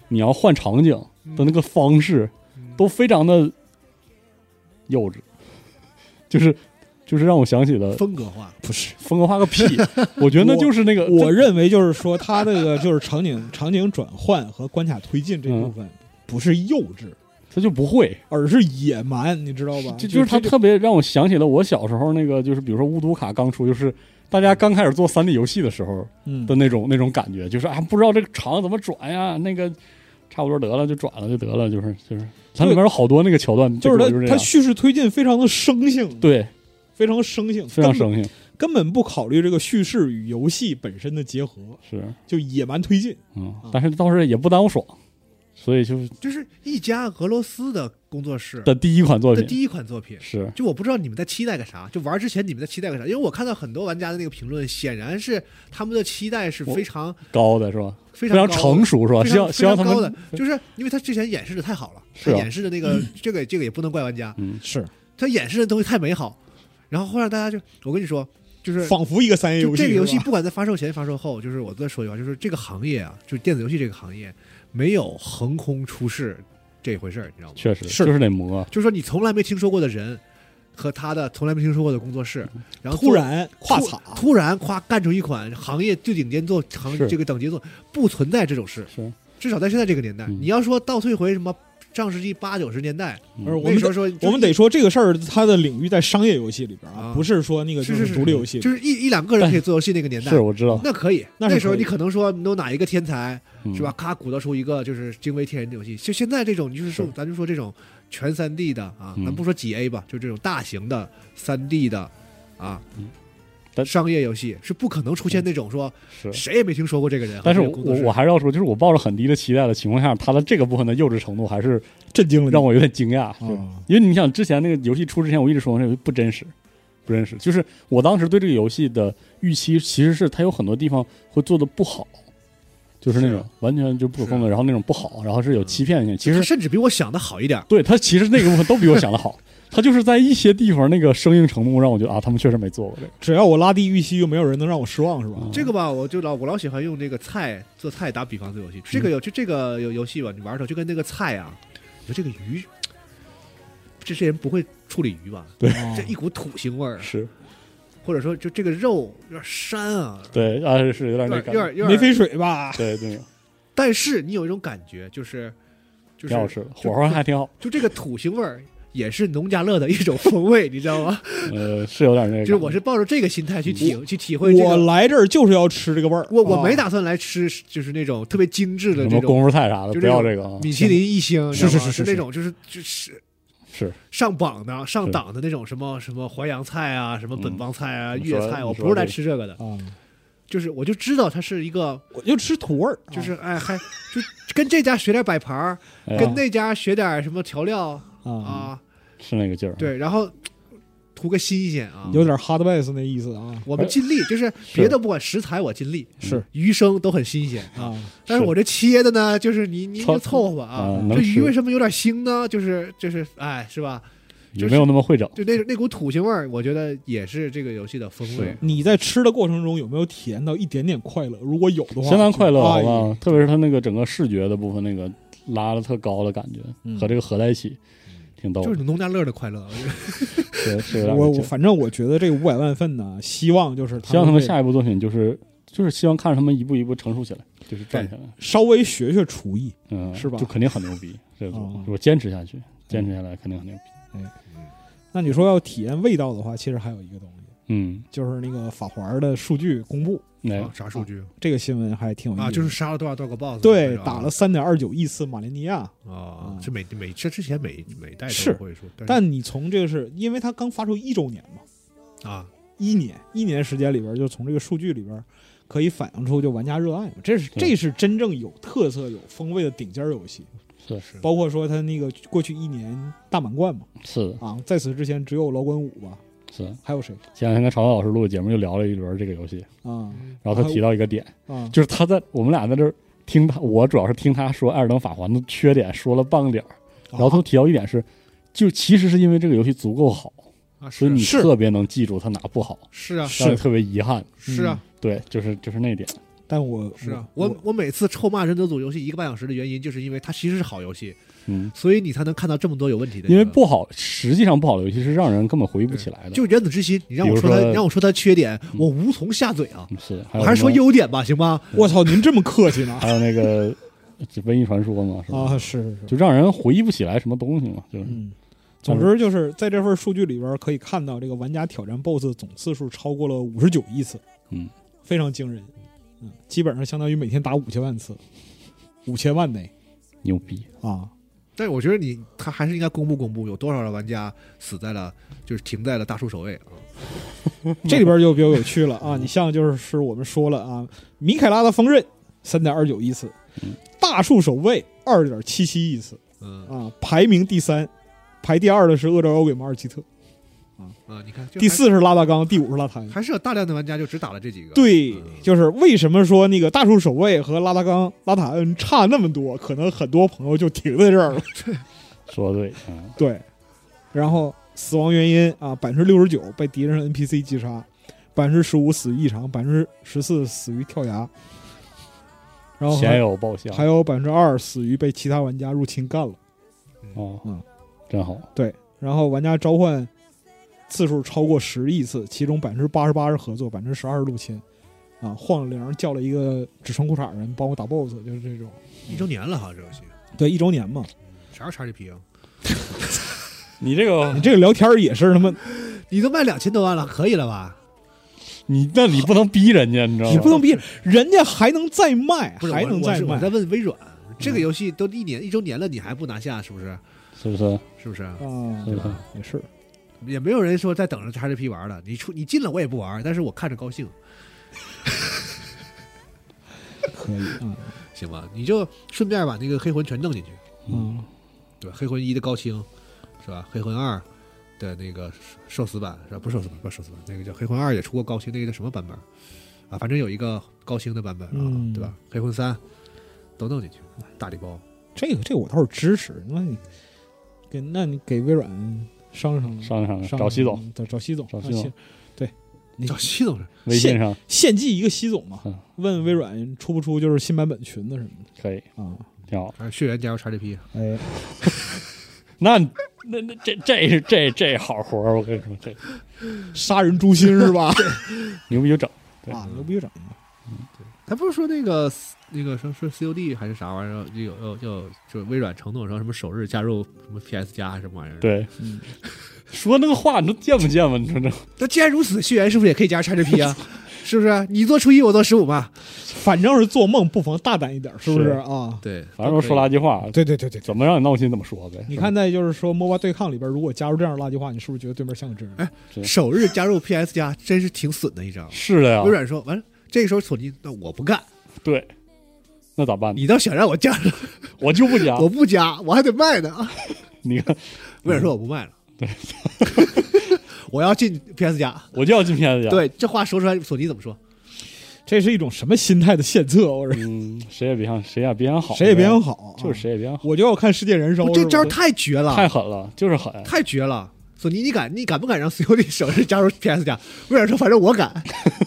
你要换场景的那个方式，都非常的幼稚， [LAUGHS] 就是就是让我想起了
风格化，
不是。
风格化个屁，我觉得那就是那个
我
这
认为就是说，他这个就是场景 [LAUGHS] 场景转换和关卡推进这部
嗯
分，不是幼稚，
他就不会，
而是野蛮，你知道
啊
吧？
就就是他
这
特别让我想起了我小时候那个，就是比如说巫毒卡刚出，就是大家刚开始做三 D 游戏的时候，
嗯
的那种那种感觉，就是啊，不知道这个场怎么转呀，那个差不多得了就转了就得了，就是就是它里面有好多那个桥段，
就是
这个
他他
就是
叙事推进非常的生
他
性，，
对
非常生性，
非常
根本
生性，
根本不考虑这个叙事与游戏本身的结合，
是
就野蛮推进。
嗯，
啊
但是倒是也不耽误爽，所以就是
就是一家俄罗斯的工作室
的第一款作
的
品
第一款作品。
是
就我不知道你们在期待个啥，就玩之前你们在期待个啥？因为我看到很多玩家的那个评论，显然是他们的期待是非常
高的是吧？
非
非常
高的
成熟是吧？
非
希
常
望
非
希望
常
他
高的
们，
就是因为他之前演示的太好了，
是
他
啊
演示的那
[CLEARS THROAT]
个这个这个也不能怪玩家，
嗯
是，
他演示的东西太美好，然后会让大家就我跟你说，就是
仿佛一个三 A
就
游戏。
这个游戏
是吧
不管在发售前发售后，就是我再说一句话，就是这个行业啊，就是电子游戏这个行业没有横空出世这回事儿，你知道吗？
确实
是
就是得磨，
就是说你从来没听说过的人和他的从来没听说过的工作室，然后做
嗯突然跨
突
场，
突然夸干出一款行业最顶尖作行
是
这个等级作，不存在这种事，
是
至少在现在这个年代，
嗯
你要说倒退回什么上世纪八九十年代，
而我
嗯那
们
时候
得
说
我们得说这个事儿，它的领域在商业游戏里边
啊
啊，不是说那个就是
是
独立游戏里。
就是一一两个人可以做游戏那个年代
是，我知道，
那可以，
那是可以
时候你可能说你有哪一个天才
嗯
是吧？？咔鼓捣出一个就是惊为天人的游戏，就现在这种，你就是说
是
咱就说这种全三 D 的啊，
嗯
咱不说几 A 吧，就这种大型的三 D 的啊
嗯。但嗯
商业游戏是不可能出现那种说
是。
谁也没听说过这个人，
但是
和
我
这个工作
我
室
我还是要说，就是我抱着很低的期待的情况下，它的这个部分的幼稚程度还是
震惊了你
让我有点惊讶，是
啊，
因为你想之前那个游戏出之前，我一直说那游戏不真实，不真实。就是我当时对这个游戏的预期其实是它有很多地方会做的不好，就是那
是
种完全就不可控的，然后那种不好，然后是有欺骗性。其
他
实
甚至比我想的好一点儿，
对它其实那个部分都比我想的好，它就是在一些地方那个生硬程度让我觉得啊，他们确实没做过这个。
只要我拉低预期，就没有人能让我失望，是吧？
嗯
这个吧，我就老我老喜欢用这个菜做菜打比方做游戏。
嗯
这个游就这个游游戏吧，你玩的时候就跟那个菜啊，你说这个鱼，这些人不会处理鱼吧？
对
啊
这一股土腥味儿，
是
或者说就这个肉有点膻啊，
对啊，是有
有
点那
点有
感觉，
点有
没
点。
飞水吧？
对对，
但是你有一种感觉，就是就
挺好吃
是
的，火候还挺好，
就这个土腥味儿。也是农家乐的一种风味，你知道吗？
[LAUGHS] 呃，是有点那个感
就
觉。
是我是抱着这个心态去体去体会这个。
我来这儿就是要吃这个味儿。
我我没
啊，
打算来吃，就是那种特别精致的
什
这种
么功夫菜啥的，
就
不
这
要
种
这个啊，
米其林一星，你知
是
道
是
吗
是是
那
是
种就是就是
是
上榜的上
是
档的那种什么什么淮扬菜啊，什么本帮菜啊、
嗯
粤
你
菜，
说
我
你
不是
说
来
这嗯
吃这个的，
啊，
就是我就知道它是一个，
我就吃土味儿，啊
就是哎还就跟这家学点摆盘儿，
哎呀
跟那家学点什么调料
啊，
啊，
是那个劲儿。，
对，然后图个新鲜啊。
有点 hard bass 那意思啊
我们尽力，就是别的不管食材，我尽力，嗯
是
鱼生都很新鲜。
啊，
但是
是
我这切的呢，就是你你
凑
就凑合吧
啊
啊，
能
这鱼
吃
为什么有点腥呢？就是就是哎，是吧？
也没有那么会整。
就那那股土腥味儿，我觉得也是这个游戏的风味
是。
你在吃的过程中有没有体验到一点点快乐？如果有的话，
相当快
啊
乐，好
哎
不好？特别是它那个整个视觉的部分，那个拉的特高的感觉，
嗯
和这个合在一起，挺逗的。
就是农家乐的快乐，我觉得
是是有点
我
劲
我
儿
反正我觉得这五百万份呢，希望就是
希望他们
这
下一部作品就是就是希望看着他们一步一步成熟起来，就是站起来，
稍微学学厨艺，
嗯，
是吧
就肯定很牛
[LAUGHS]
逼，这个
哦
如果坚持下去，坚持下来肯定很牛逼。
那你说要体验味道的话，其实还有一个东西，
嗯，
就是那个法环的数据公布，
那 [LAUGHS]
啊啥数据
这个新闻还挺有意思
啊？就是杀了多少多少个 boss，
对
是吧
打了三点二九亿次马林尼亚，
啊
嗯，
这每每这之前每每代
是
都会说，但
但你从这个是因为它刚发售一周年嘛，
是啊，
一年一年时间里边，就从这个数据里边可以反映出就玩家热爱嘛，这是
对
这是真正有特色、有风味的顶尖游戏，
是
是
包括说它那个过去一年大满贯嘛，
是的
啊，在此之前只有老滚五吧，
是的。
还有谁
前两天跟朝老师录的节目就聊了一轮这个游戏，
啊
然后他提到一个点，
啊？
就是他在我们俩在这儿听他，我主要是听他说《艾尔登法环》的缺点，说了半个
哦
点儿，然后他提到一点是，就其实是因为这个游戏足够好，
啊，
所
是
以你嗯
是
特别能记住它哪不好，
是啊
让你特别遗憾。
是啊
对，就是就是那点，
但我
是
嗯
啊，我我每次臭骂《忍者组》游戏一个半小时的原因，就是因为它其实是好游戏，
嗯，
所以你才能看到这么多有问题的地方。
因为不好，实际上不好的游戏是让人根本回忆不起来的。
就《原子之心》，你让
比
我
如
说它，
说
你让我说它缺点，我无从下嘴啊，
嗯是，
我
还有
还是
什
说
么
优点吧，行吗？
我操，您这么客气呢？
还有那个就瘟疫传说嘛，是吧？
啊，是是是，
就让人回忆不起来什么东西嘛，就是
嗯。总之就是在这份数据里边可以看到，这个玩家挑战 BOSS 总次数超过了五十九亿次，
嗯，
非常惊人，嗯，基本上相当于每天打五千万次，五千万内
牛逼。
[LAUGHS]
啊，
但是我觉得你他还是应该公布公布，有多少的玩家死在了就是停在了大树守卫啊？
这里边就比较有趣了啊！你像就是是我们说了啊，米凯拉的锋刃三点二九亿次
嗯，
大树守卫二点七七亿次
哦
嗯
啊，排名第三，排第二的是恶兆妖鬼马尔基特，
啊，你看就
第
还
四是拉大冈，第五是拉坦。
还是有大量的玩家就只打了这几个。
对
嗯，
就是为什么说那个大树守卫和拉达冈、拉塔恩差那么多？可能很多朋友就停在
[LAUGHS]
这儿了。
说的对，嗯，
对，然后死亡原因啊，百分之六十九被敌人 NPC 击杀，百分之十五死于异常，百分之十四死于跳崖，然后
鲜
还
有爆笑
还，有百分之二死于被其他玩家入侵干了。
哦，
嗯
真好，
对，然后玩家召唤次数超过十亿次，其中百分之八十八是合作，百分之十二是入侵。啊，晃着铃儿叫了一个只穿裤衩的人帮我打 BOSS，就是这种。
一周年了哈，这游戏
对，一周年嘛，
啥时候 XGP 啊？
你这个
你这个聊天儿也是他妈，
你都卖两千多万了，可以了吧？
你那你不能逼人家，你知道吗？
你不能逼人家还能再卖，
不是，
还
我
能
我
再
是我
卖
在问微软，
嗯
这个游戏都一年一周年了，你还不拿下，是不是？
是不是？
是不是？
啊
是吧？
也是，
也没有人说在等着 XGP 玩了。你出你进了我也不玩，但是我看着高兴，
可以啊，
行吧？你就顺便把那个黑魂全弄进去，
嗯，
对吧？黑魂一的高清是吧？黑魂二的那个寿司版是吧？不是寿司版，不是寿司版，那个叫黑魂二也出过高清，那个叫什么版本啊？反正有一个高清的版本啊，
嗯
对吧？黑魂三都弄进去，大礼包。
这个这个我倒是支持。那你给那你给微软商量商
商量
量，
商量，找习总，，
找找习总，
找习
啊
总
行对，你
找系统人
微信上
献祭一个习总嘛
嗯，
问微软出不出就是新版本裙子什么
可以，
的啊？
挺好。
还是血缘加入 XGP，
哎，
那那那这这是这这好活儿，我跟你说，这
杀人诛心是吧？
牛逼就整。对
啊，牛逼整！
他不是说那个那个说说 COD 还是啥玩意儿，有有有，就是微软承诺说什么首日加入什么 PS 加还是什么玩意儿？
对，
嗯
说那个话，你都见不见吧？你说这
那既然如此，血缘是不是也可以加 XGP
[LAUGHS]
啊？是不是？你做初一，我做十五嘛？
反正是做梦，不妨大胆一点，是不
是
是啊？
对，
反正都说垃圾话，
对对对对，对
怎么让你闹心怎么说呗。
你看在就是说 MOBA 对抗里边，如果加入这样的垃圾话，你是不是觉得对面像个真人？
哎首日加入 PS 加，真是挺损的一招。
是啊的呀
微，软说完了，这个时候索尼，那我不干，
对，那咋办呢？
你倒想让我加，
我就不加嗯
我。不加，我还得卖呢啊！
你看， [LAUGHS]
微软说我不卖了，我要进 PS 加。
我就要进 PS 家。，
对，这话说出来，索尼怎么说？
这是一种什么心态的献策？我说
嗯，谁也别想，谁也别想好，
谁也别想，好，
就是谁也别想好，
我就要看世界燃烧
我。
是
这
吧
招太绝
啊
了，
太狠了，就是狠。
太绝了！索尼，你敢你敢不敢让 COD 首日加入 PS 加？微软说，反正我敢。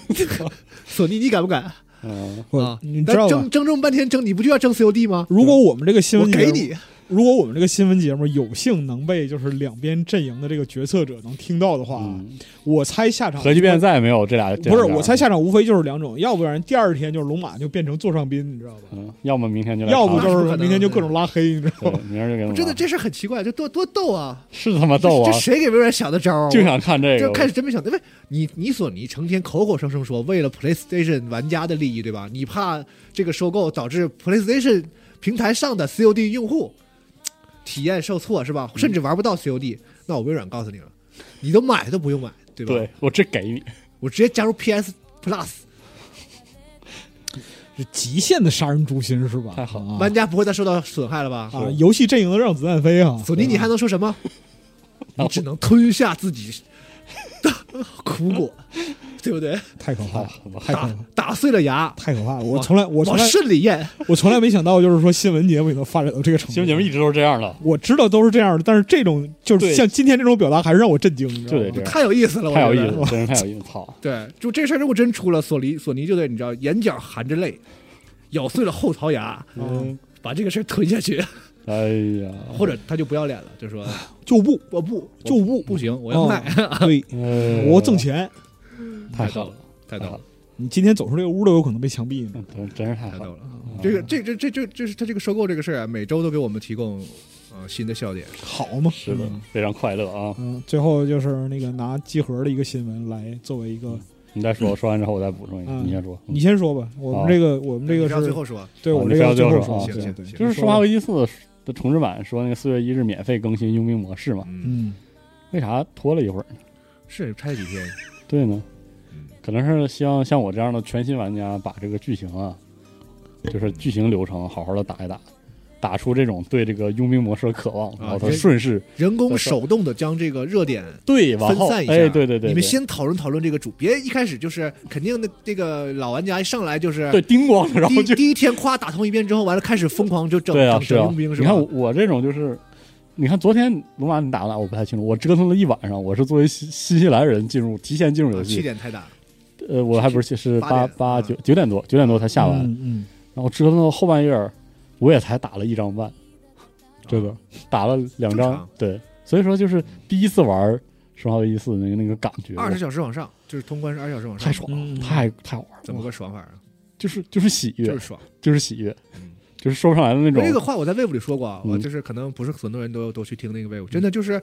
[LAUGHS] 索尼，你敢不敢？
嗯，
我
啊
你知道
咱
吗
争？争这么半天争，你不就要争 COD 吗？
如果我们这个新
我
闻节
给
目，
你，
如果我们这个新闻节目有幸能被就是两边阵营的这个决策者能听到的话，
嗯
我猜下场
核聚变再也没有这俩，这
啊不是，
俩
我猜下场无非就是两种，要不然第二天就是龙马就变成座上宾，你知道吧？
嗯，要么明天就来啊嗯
要
查
不
是
就
不可
是
能
明天就各种拉黑，你知道
对
吗？
明儿就给我们
真的
拉
这事很奇怪，这多多逗啊！
是他妈
这
逗啊
这，谁给微软想的招啊？
就想看这
我
个
这，开始真没想到，因为你你索尼成天口口声声说为了 PlayStation 玩家的利益，对吧？你怕这个收购导致 PlayStation 平台上的 COD 用户体验受挫，是吧？甚至玩不到 COD，那我微软告诉你了，你都买都不用买，对吧？
对我这给你，
我直接加入 PS Plus，
是极限的杀人诛心是吧？
太狠
啊
玩家不会再受到损害了吧？哦
啊！游戏阵营的让子弹飞啊！
索尼，你还能说什么？你只能吞下自己的苦果，对不对？
太可怕
太
了，
狠了， [LAUGHS]
太可怕
打
了，
打碎了牙，
太可怕了！我从来我从
往
来
肾里咽。
我从来没想到，就是说新闻节目也能发展到这个程度。
新闻节目一直都是这样的，
我知道都是这样的，但是这种就是
对
像今天这种表达还是让我震惊，你知道
就
吗
得这样，
太有意思了，我
太有意
觉得
思了，真是太有意思，操！
对，就这事儿如果真出了，索尼索尼就得你知道，眼角含着泪，咬碎了后槽牙，
嗯
把这个事儿吞下
[LAUGHS]
去，
哎呀，
或者他就不要脸了，就说
啊
就不
我不
就不
不行，我要卖， [LAUGHS]
哦
[LAUGHS]
对，
哎
我挣，钱。
太狠了，
太逗了，
你今天走出这个屋都有可能被枪毙呢。
嗯真真是太
太
狠
逗
了。哦
了。这个这这这这就是他这个收购这个事儿啊，每周都给我们提供呃新的笑点。
好嘛，
是的，非常快乐啊！
嗯，最后就是那个拿集合的一个新闻来作为一个，
你再说，说完之后我再补充一个，
嗯
你先说。
你先说吧。我们这个我们这个
你要最
是
后说，
对
啊
我们
你
这
不要
个最
最
后
后
说，
说
对
行
对，
行
就是《
你
生化危机四》的重置版说那个四月一日免费更新佣兵模式嘛，
嗯，
嗯，
为啥拖了一会儿？
是拆几天，
对呢
嗯，
可能是希望像我这样的全新玩家把这个剧情啊，就是剧情流程好好的打一打，打出这种对这个佣兵模式的渴望，然后他
这
顺势
人工手动的将这个热点
对往
分
后
散一下。
哎，对对对，
你们
对
先讨论讨论这个主，别一开始就是肯定那那个老玩家一上来就是
对叮咣，然后
第
就
第一天夸打通一遍之后，完了开始疯狂就整
对啊
整
是
整
啊，
佣兵
你
是吧
看我？我这种就是。你看，昨天龙马你打不打？我不太清楚。我折腾了一晚上，我是作为新新西兰人进入提前进入游
啊
戏
气，点太大，
呃，我还不是是
八
八
点
八
啊
九九点多，九点多才下完，
嗯
然后折腾到后半夜儿，我也才打了一张半，这个、打了两
啊正
张
常，
对，所以说就是第一次玩《生化危机四》那个那个感觉，
二十小时往上，就是通关是二十小时往上，
太爽了，
嗯
太太好玩了，
怎么个爽法啊？
就是就是喜悦，
就是爽。
就是喜悦
嗯，
就是说不上来的那种。
这个话我在 Wave 里说过啊，
嗯
我就是可能不是很多人都都去听那个 Wave，真的就是，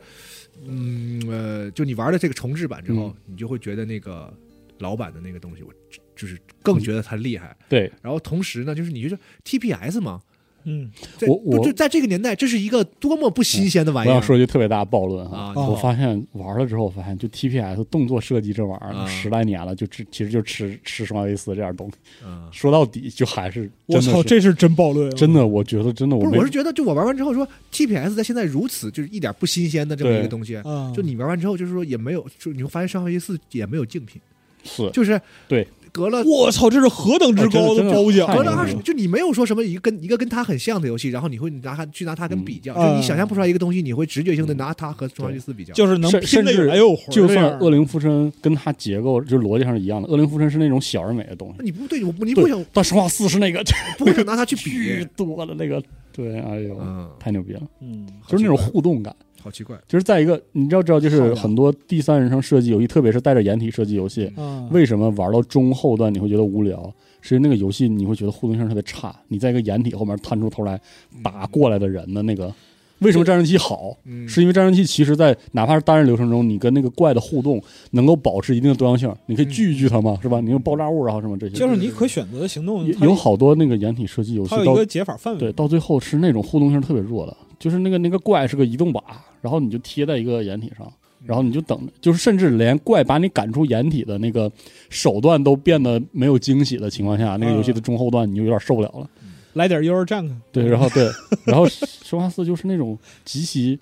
嗯呃，就你玩了这个重置版之后
嗯，
你就会觉得那个老版的那个东西，我就是更觉得它厉害。
对，
然后同时呢，就是你就是 TPS 嘛，
嗯
在
我我
就在这个年代，这是一个多么不新鲜的玩
我
意儿
想说一句特别大的暴论哈。
啊！
哦
我发现玩了之后，发现就 TPS 动作设计这玩意儿，
啊
十来年了，就吃其实就吃吃《生化危机四》这样东西。
啊，
说到底，就还是
我
真的
操，
是
这是真暴论啊，
真的，我觉得真的我
不
没
是，我是觉得就我玩完之后说，TPS 在现在如此就是一点不新鲜的这么一个东西，
啊，
就你玩完之后就是说也没有，就你会发现《生化危机四》也没有竞品，
是
就是
对，
隔了
我操，这是何等之高
啊真的真的
褒奖！啊
太
隔
牛
了
了
二十，就你没有说什么一个跟一个跟它很像的游戏，然后你会拿它去拿它跟比较，
嗯
就你想象不出来一个东西，你会直觉性的拿它和《生化危机四》比较，
就是能
甚
拼的
甚至
有来有回儿这
就
样，
算恶灵附身跟它结构就是逻辑上是一样的，恶灵附身是那种小而美的东西，
你不对，我不你不
对
想，
但生化四是那个
不会想拿它去
[LAUGHS] 巨
比，
多的那个，对，哎呦，
嗯，
太牛逼了，
嗯，
就是那种
好奇怪
互动感，
好奇怪，
就是在一个你知道知道，就
好
是
的
很多第三人称射击游戏，特别是带着掩体射击游戏，
啊，
为什么玩到中后段你会觉得无聊？是因为那个游戏你会觉得互动性特别差，你在一个掩体后面探出头来
嗯
打过来的人的那个，为什么战争机好？
嗯，
是因为战争机其实在哪怕是单人流程中，你跟那个怪的互动能够保持一定的多样性，你可以聚一聚它嘛，是吧？你用爆炸物啊什么这些，
嗯就是你可选择的行动，
有
它
有好多那个掩体射击游戏
它有一
到
个解法
嗯
范
对
围，
到最后是那种互动性特别弱的，就是那个那个怪是个移动靶，然后你就贴在一个掩体上。
嗯
然后你就等着，就是甚至连怪把你赶出掩体的那个手段都变得没有惊喜的情况下，那个游戏
嗯
的中后段你就有点受不了了。嗯
[LAUGHS]
来点 Your Junk，
对，然后对，然后生化四就是那种极其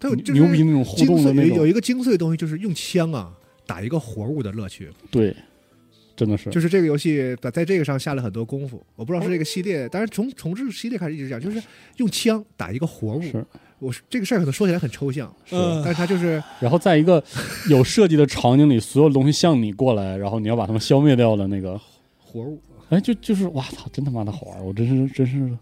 它有就是
牛逼那种互
精
动的那
髓有有
种，
一个精髓的东西，就是用枪啊打一个活物的乐趣。
对，真的是，
就是这个游戏把在这个上下了很多功夫。我不知
哎
道是这个系列，当然从重置系列开始一直讲，就是用枪打一个活物。
是
我是这个事儿可能说起来很抽象，
嗯
但是它就是
然后在一个有设计的场景里，所有东西向你过来，然后你要把它们消灭掉的那个，
活物。
哎，就就是哇操，真他妈的好玩，我真是真是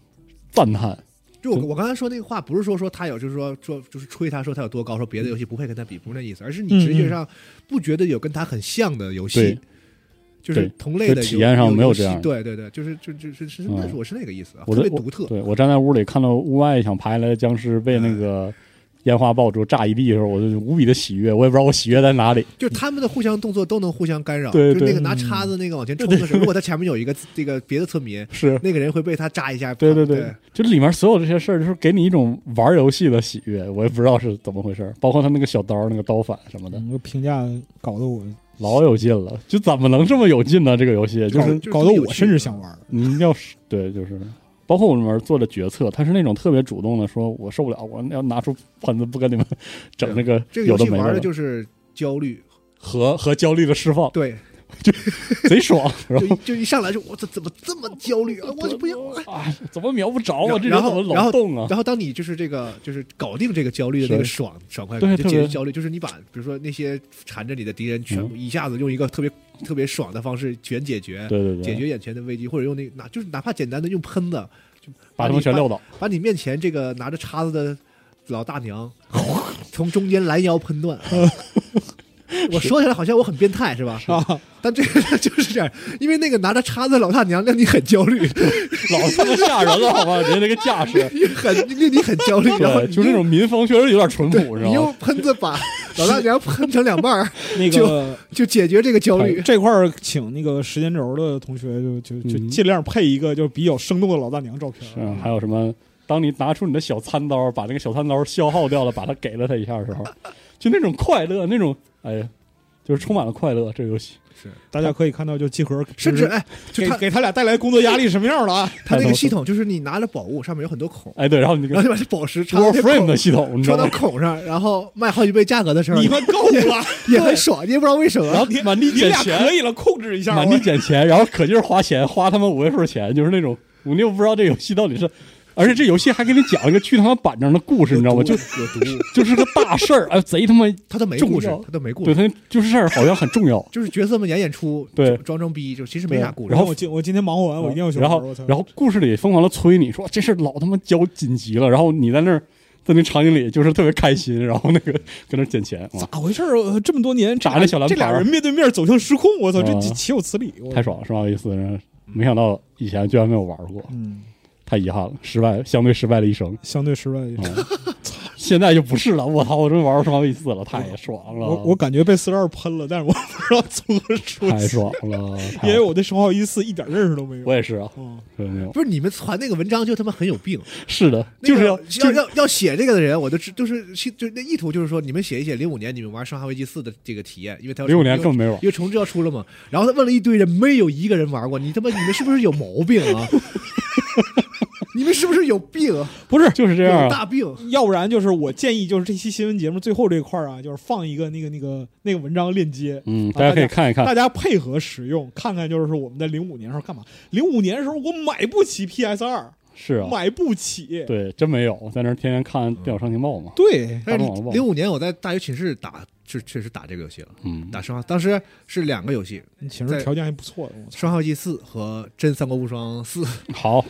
赞叹，
就我
对
我刚才说那个话，不是说说他有，就是说说就是吹他说他有多高，说别的游戏不配跟他比，不是那意思，而是你
嗯
直觉上不觉得有跟他很像的游戏
对，
就是
对
同类的
就体
游
验上没有
游戏
这样
对对对，就是就就是是是那
嗯
我是那个意思啊，
我
特
的
别
我
独特。
[LAUGHS] 对我站在屋里看到屋外一想爬下来的僵尸被那个烟花爆竹炸一地的时候，我就无比的喜悦，我也不知道我喜悦在哪里，
就是他们的互相动作都能互相干扰，
对
就是那
对
个拿叉子那个往前冲的时候，如果他前面有一个这个别的村民，
是。
那个人会被他炸一下。
对对
对
对，就里面所有这些事儿，就是给你一种玩游戏的喜悦，我也不知道是怎么回事儿。包括他那个小刀、那个刀法什么的，
嗯，这评价搞得我
老有劲了。就怎么能这么有劲呢？这个游戏就
搞
是
就是
搞得我甚至想玩儿。
你要是对，就是包括我们做的决策，他是那种特别主动的，说我受不了，我要拿出盆子不跟你们整那个
这个
有
游
的
戏
没
玩
的
的就是焦虑，
和和焦虑的释放，
对，
贼爽。 [LAUGHS] 然
就
后
就一上来就我怎怎么这么焦虑啊，我就不要。
[LAUGHS] 啊，怎么瞄不着啊？这人
然
怎
后
么
然
老
后
动啊？
然后当你就是这个就是搞定这个焦虑的那个
是
爽爽快感，
对
就
特
解决
别
焦虑，就是你把比如说那些缠着你的敌人全
嗯
部一下子用一个特别特别爽的方式全解决，
对对对，
解决眼前的危机，或者用那哪就是哪怕简单的用喷的，就
把他
你
们全撂倒，
把你面前这个拿着叉子的老大
[LAUGHS]
娘从中间拦腰喷断。我说起来好像我很变态是吧？
啊，
但这个就是这样，因为那个拿着叉子的老大娘让你很焦虑，
老他妈吓人了，好吧？人家那个架势，
你很令你很焦虑，然后
对，
你
就那
又
种民风确实有点淳
对
朴，
你
你知道
用
吗？
喷子把老大娘喷成两半
[LAUGHS]
儿，
那个呃
就解决这个焦虑。
这块儿，请那个时间轴的同学就就就
嗯
尽量配一个就比较生动的老大娘照片儿。
嗯，还有什么？当你拿出你的小餐刀，把那个小餐刀消耗掉了，把它给了他一下的时候，就那种快乐，那种哎呀，就是充满了快乐。这个游戏
大家可以看到，就集合
甚至哎，就
给
他
给他俩带来工作压力什
[LAUGHS]
么样了啊？
他那
太
个
逗
系统，就是你拿着宝物，上面有很多孔，
哎，对，然后你那
然后你
个
把这宝石插到那
Warframe
孔
的系统，你知
插
道
到
吗？
孔上，然后卖好几倍价格的时候，
你们够了，
也很爽，你也不知道为什么。
[LAUGHS] 然后满地
你
捡
俩
钱，
可以了，控制一下
满
我
地。捡钱，然后可劲儿花钱，花他妈五位数钱，就是那种我又不知道这游戏到底是，而且这游戏还给你讲了一个巨他妈板正的故事，你知道吗？就
有毒，
就是个大事儿，哎，贼他妈
他都没故事
重要，
他都没故
对
事，
他就是事儿好像很重
[LAUGHS]
要。
就是角色们演演出，
对
就装装逼，就其实没啥故事。
然后啊
我今我今天忙活啊完，我一定要去玩
然
儿。
后
我操，
然后故事里疯狂的催你说这事儿老他妈焦紧急了，然后你在那儿在那场景里就是特别开心，然后那个搁那儿捡钱，哇，
咋回事儿？呃这么多年，这
打那小篮
这俩
板儿
人面对面走向失控，我操，这
啊
岂岂有此理！我
太爽了，是吧？意思，然后没想到以前居然没有玩过，
嗯，
太遗憾了，失败，相对失败了一生。
相对失败
嗯
一点。
[LAUGHS] 现在就不是了，我操，我真玩上意思了，太爽了，
我我感觉被四十二喷了，但是我不知道从何
[LAUGHS]
说
太
起，
爽了，太
因为我对生化危机四一点认识都没有。
我也是啊，
嗯，
真没有，
不是你们传那个文章就他妈很有病，
是的，
那
就是要
个
就
要
是
要要写这个的人，我都知，就是是就那意图就是说，你们写一写零五年你们玩《生化危机四》的这个体验，因为他要
零五年
因为
根本没玩，
因为重置要出了嘛。然后他问了一堆人，没有一个人玩过，你他妈你们是不是有毛病啊？ [LAUGHS] 你们是不是有病？啊
不是就是这样
有
啊，
大病？
要不然就是我建议，就是这期新闻节目最后这块儿啊，就是放一个那个那个那个文章链接，
嗯，
啊
大家可
大
以
家
看
[LAUGHS]
一看，
大家配合使用，看看就是我们在零五年时候干嘛？零五年时候我买不起 PS 二，
是啊，
买不起。
对，真没有，啊在那儿天天看电脑上情
嗯
报嘛，
对，
但是
大棒
零五年我在大学寝室打，确确实打这个游戏了，
嗯，
打生化，当时是两个游戏，
其
在
实条件还不错的。我
《
操，
生化危机四》和《真三国无双四》
好，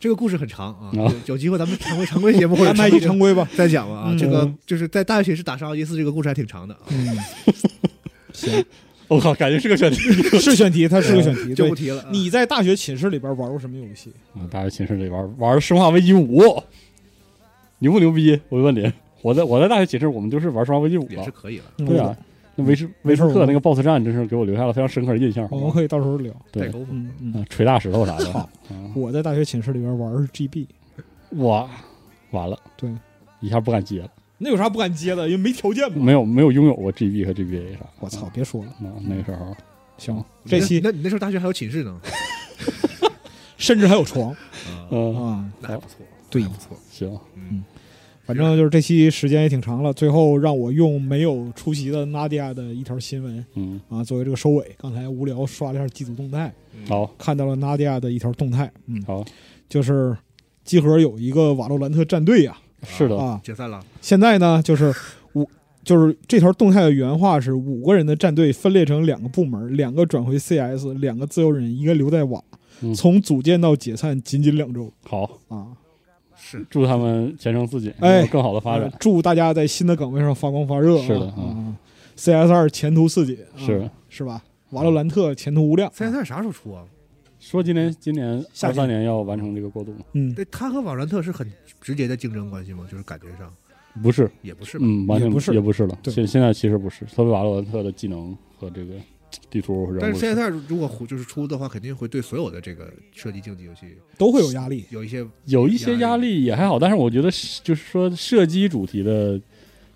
这个故事很长啊，
啊
有有机会咱们常规常规节目
[LAUGHS]
或者
安排一期常规吧。
再讲吧啊。
嗯
这个就是在大学寝室打《生化危机四》这个故事还挺长的啊，
[LAUGHS] 嗯，行，
我靠，感觉是个选题。
是选题，它是个选题。
就
对
不，提了啊。
你在大学寝室里边玩过什么游戏？
啊，大学寝室里玩玩《生化危机五》，牛不牛逼？我就问你，我在我在大学寝室，我们就是玩《生化危机五》
也是
了。
可以了，
嗯
对啊，那维斯维斯克那个 BOSS 战真是给我留下了非常深刻的印象。
我
好
们
吧？
可以到时候聊。
对
代沟嘛。
嗯嗯，
啊，捶大石头啥的
好。
啊
我在大学寝室里边玩的是 GB，
哇，完了，
对，
一下不敢接了，
那有啥不敢接的？因为没条件嘛。
没有没有拥有过 GB 和 GBA 啥。
我操，别说了，
那那个时候，
行，这期
那那你那时候大学还有寝室呢，
甚至还有床
啊，
嗯，
啊。
那还不错，嗯那
对
嗯
还不错。
行，
反正就是这期时间也挺长了，最后让我用没有出席的娜迪亚的一条新闻
嗯，
啊作为这个收尾。刚才无聊刷了一下机组动态，
嗯
好，
看到了娜迪亚的一条动态，嗯，
好，
就是集合有一个瓦洛兰特战队呀、
是的，
啊，
解散了，
现在呢，就是五，就是这条动态的原话是五个人的战队分裂成两个部门，两个转回 CS，两个自由人，一个留在瓦。
嗯
从组建到解散仅仅两周
好，
啊！
是
祝他们前程似锦，
哎
有更好的发
呃
展，
祝大家在新的岗位上发光发热啊。
是的
嗯
嗯
啊，CS 二前途似锦，啊
是
是吧？瓦洛兰特前途无量。
三三啥时候出啊？
说今年今年
夏
二
季
三年要完成这个过渡吗？
嗯，
对，他和瓦兰特是很直接的竞争关系吗？就是感觉上
不是，
也不是吧？
嗯，完全
也不是
也不是了。
对
现现在其实不是，特别瓦洛兰特的技能和这个地图人
但
物
是 CS 二如果胡就是出的话，肯定会对所有的这个射击竞技游戏
都会有压力。
有一些
有一些压力也还好，但是我觉得是就是说射击主题的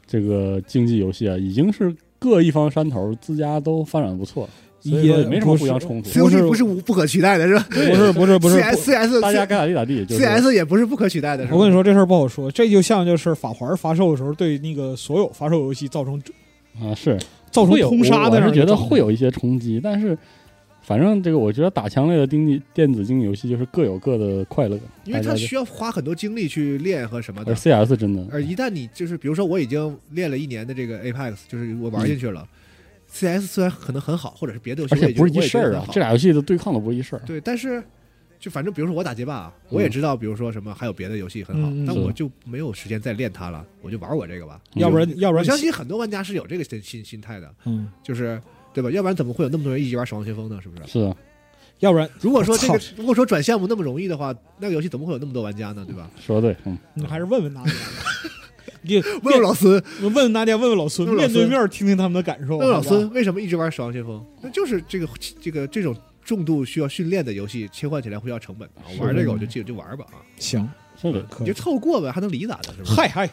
这个竞技游戏啊，已经是各一方山头自家都发展的不错，所以说
也
没什么
不是
互相
[LAUGHS]
冲突。
不是
COD 不是无不可取代的是吧？
不是不是不是，
CS
不
CS
大家该咋地咋地，就是
CS 也不是不可取代的是吧？
我跟你说这事儿不好说，这就像就是法环发售的时候对那个所有发售游戏造成
啊，是
造成
会有，
通杀
我
的
我
那样
是
一个
觉得
状态
会有一些冲击，但是反正这个我觉得打枪类的竞技电子竞技游戏就是各有各的快乐，
因为
大
他
家就嗯
需要花很多精力去练和什么
而
的。
CS 真的
而一旦你就是，比如说我已经练了一年的这个 Apex，就是我玩进去了、c s 虽然可能很好，或者是别的游戏
嗯而且
我也觉
不
得
是一事儿
我也觉得
啊
很，好
这俩游戏的对抗都不是一事儿。
对，但是就反正比如说我打街霸啊，我也知道，比如说什么还有别的游戏很好，
嗯嗯
但
嗯是
我就没有时间再练它了，我就玩我这个吧。
要不
嗯
然要不
我
然
相信很多玩家是有这个心心心态的，
嗯，
就是对吧？要不然怎么会有那么多人一直玩《守望先锋》呢？是不是？
是啊，
要不然
如果说这
我
个
操
如果说转项目那么容易的话，那个游戏怎么会有那么多玩家呢？对吧？
说的对，嗯，
你还是问问
[LAUGHS]
娜姐，你
问问
面
老孙，
问问娜姐，问问老孙，
问问老
面
孙
对面听听他们的感受。
问
啊
问老
好吧
孙，为什么一直玩《守望先锋》？那就是这个这个这种重度需要训练的游戏，切换起来会要成本的。
是
玩这个我就记就玩吧啊，
行，
是的，
可
你就
以，
凑过呗，还能离咋的？是不是？
嗨嗨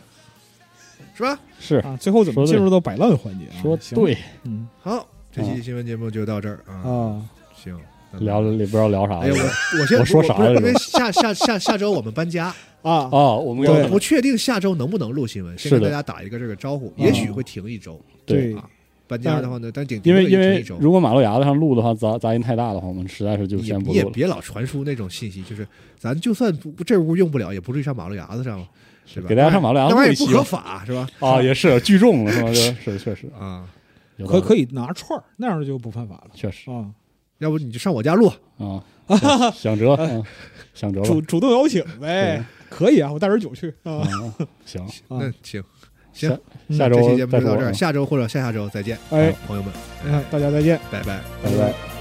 是吧？
是
啊！最后怎么
说对
进入到摆烂环节啊？
说
行
对，
嗯
好，这期新闻节目就到这儿啊。
啊，
行，咱们
聊了也不知道聊啥
哎呀，
了。
[LAUGHS] 我我先
我说啥来着
因为下下下下周我们搬
[LAUGHS]
家，
啊
哦，我们
我
要
不确定下周能不能录新闻，先
是
跟
的
大家打一个这个招呼，也许会停一周。
对，
啊搬家的话呢，但顶
嗯因为因
也停
为
一周。
如果马路牙子上录的话，杂杂音太大的话，我们实在是就
你也
先不
你也
录了。
别老传输那种信息，就是咱就算不这屋用不了，也不至于上马路牙子上嘛，是吧？
给大家上马路牙
那
子
玩意儿
录一
也不
期
合
吧
法，是吧？
啊，也是聚众
[LAUGHS]
了是吧？这是确实
啊，
有道
可可
理
以拿串儿，那样就不犯法了
确实
啊。
要不你就上我家录， [LAUGHS]
啊，想想辙，嗯想辙吧
主。主动邀请呗，可以啊，我带点酒去啊。
啊行，
啊
那行，
下
行
嗯
下
这期
周
节目
再
就
说
到这
啊
儿，，下周或者下下周再见，
哎，
朋友们，
哎大家再见，
拜拜。
拜拜。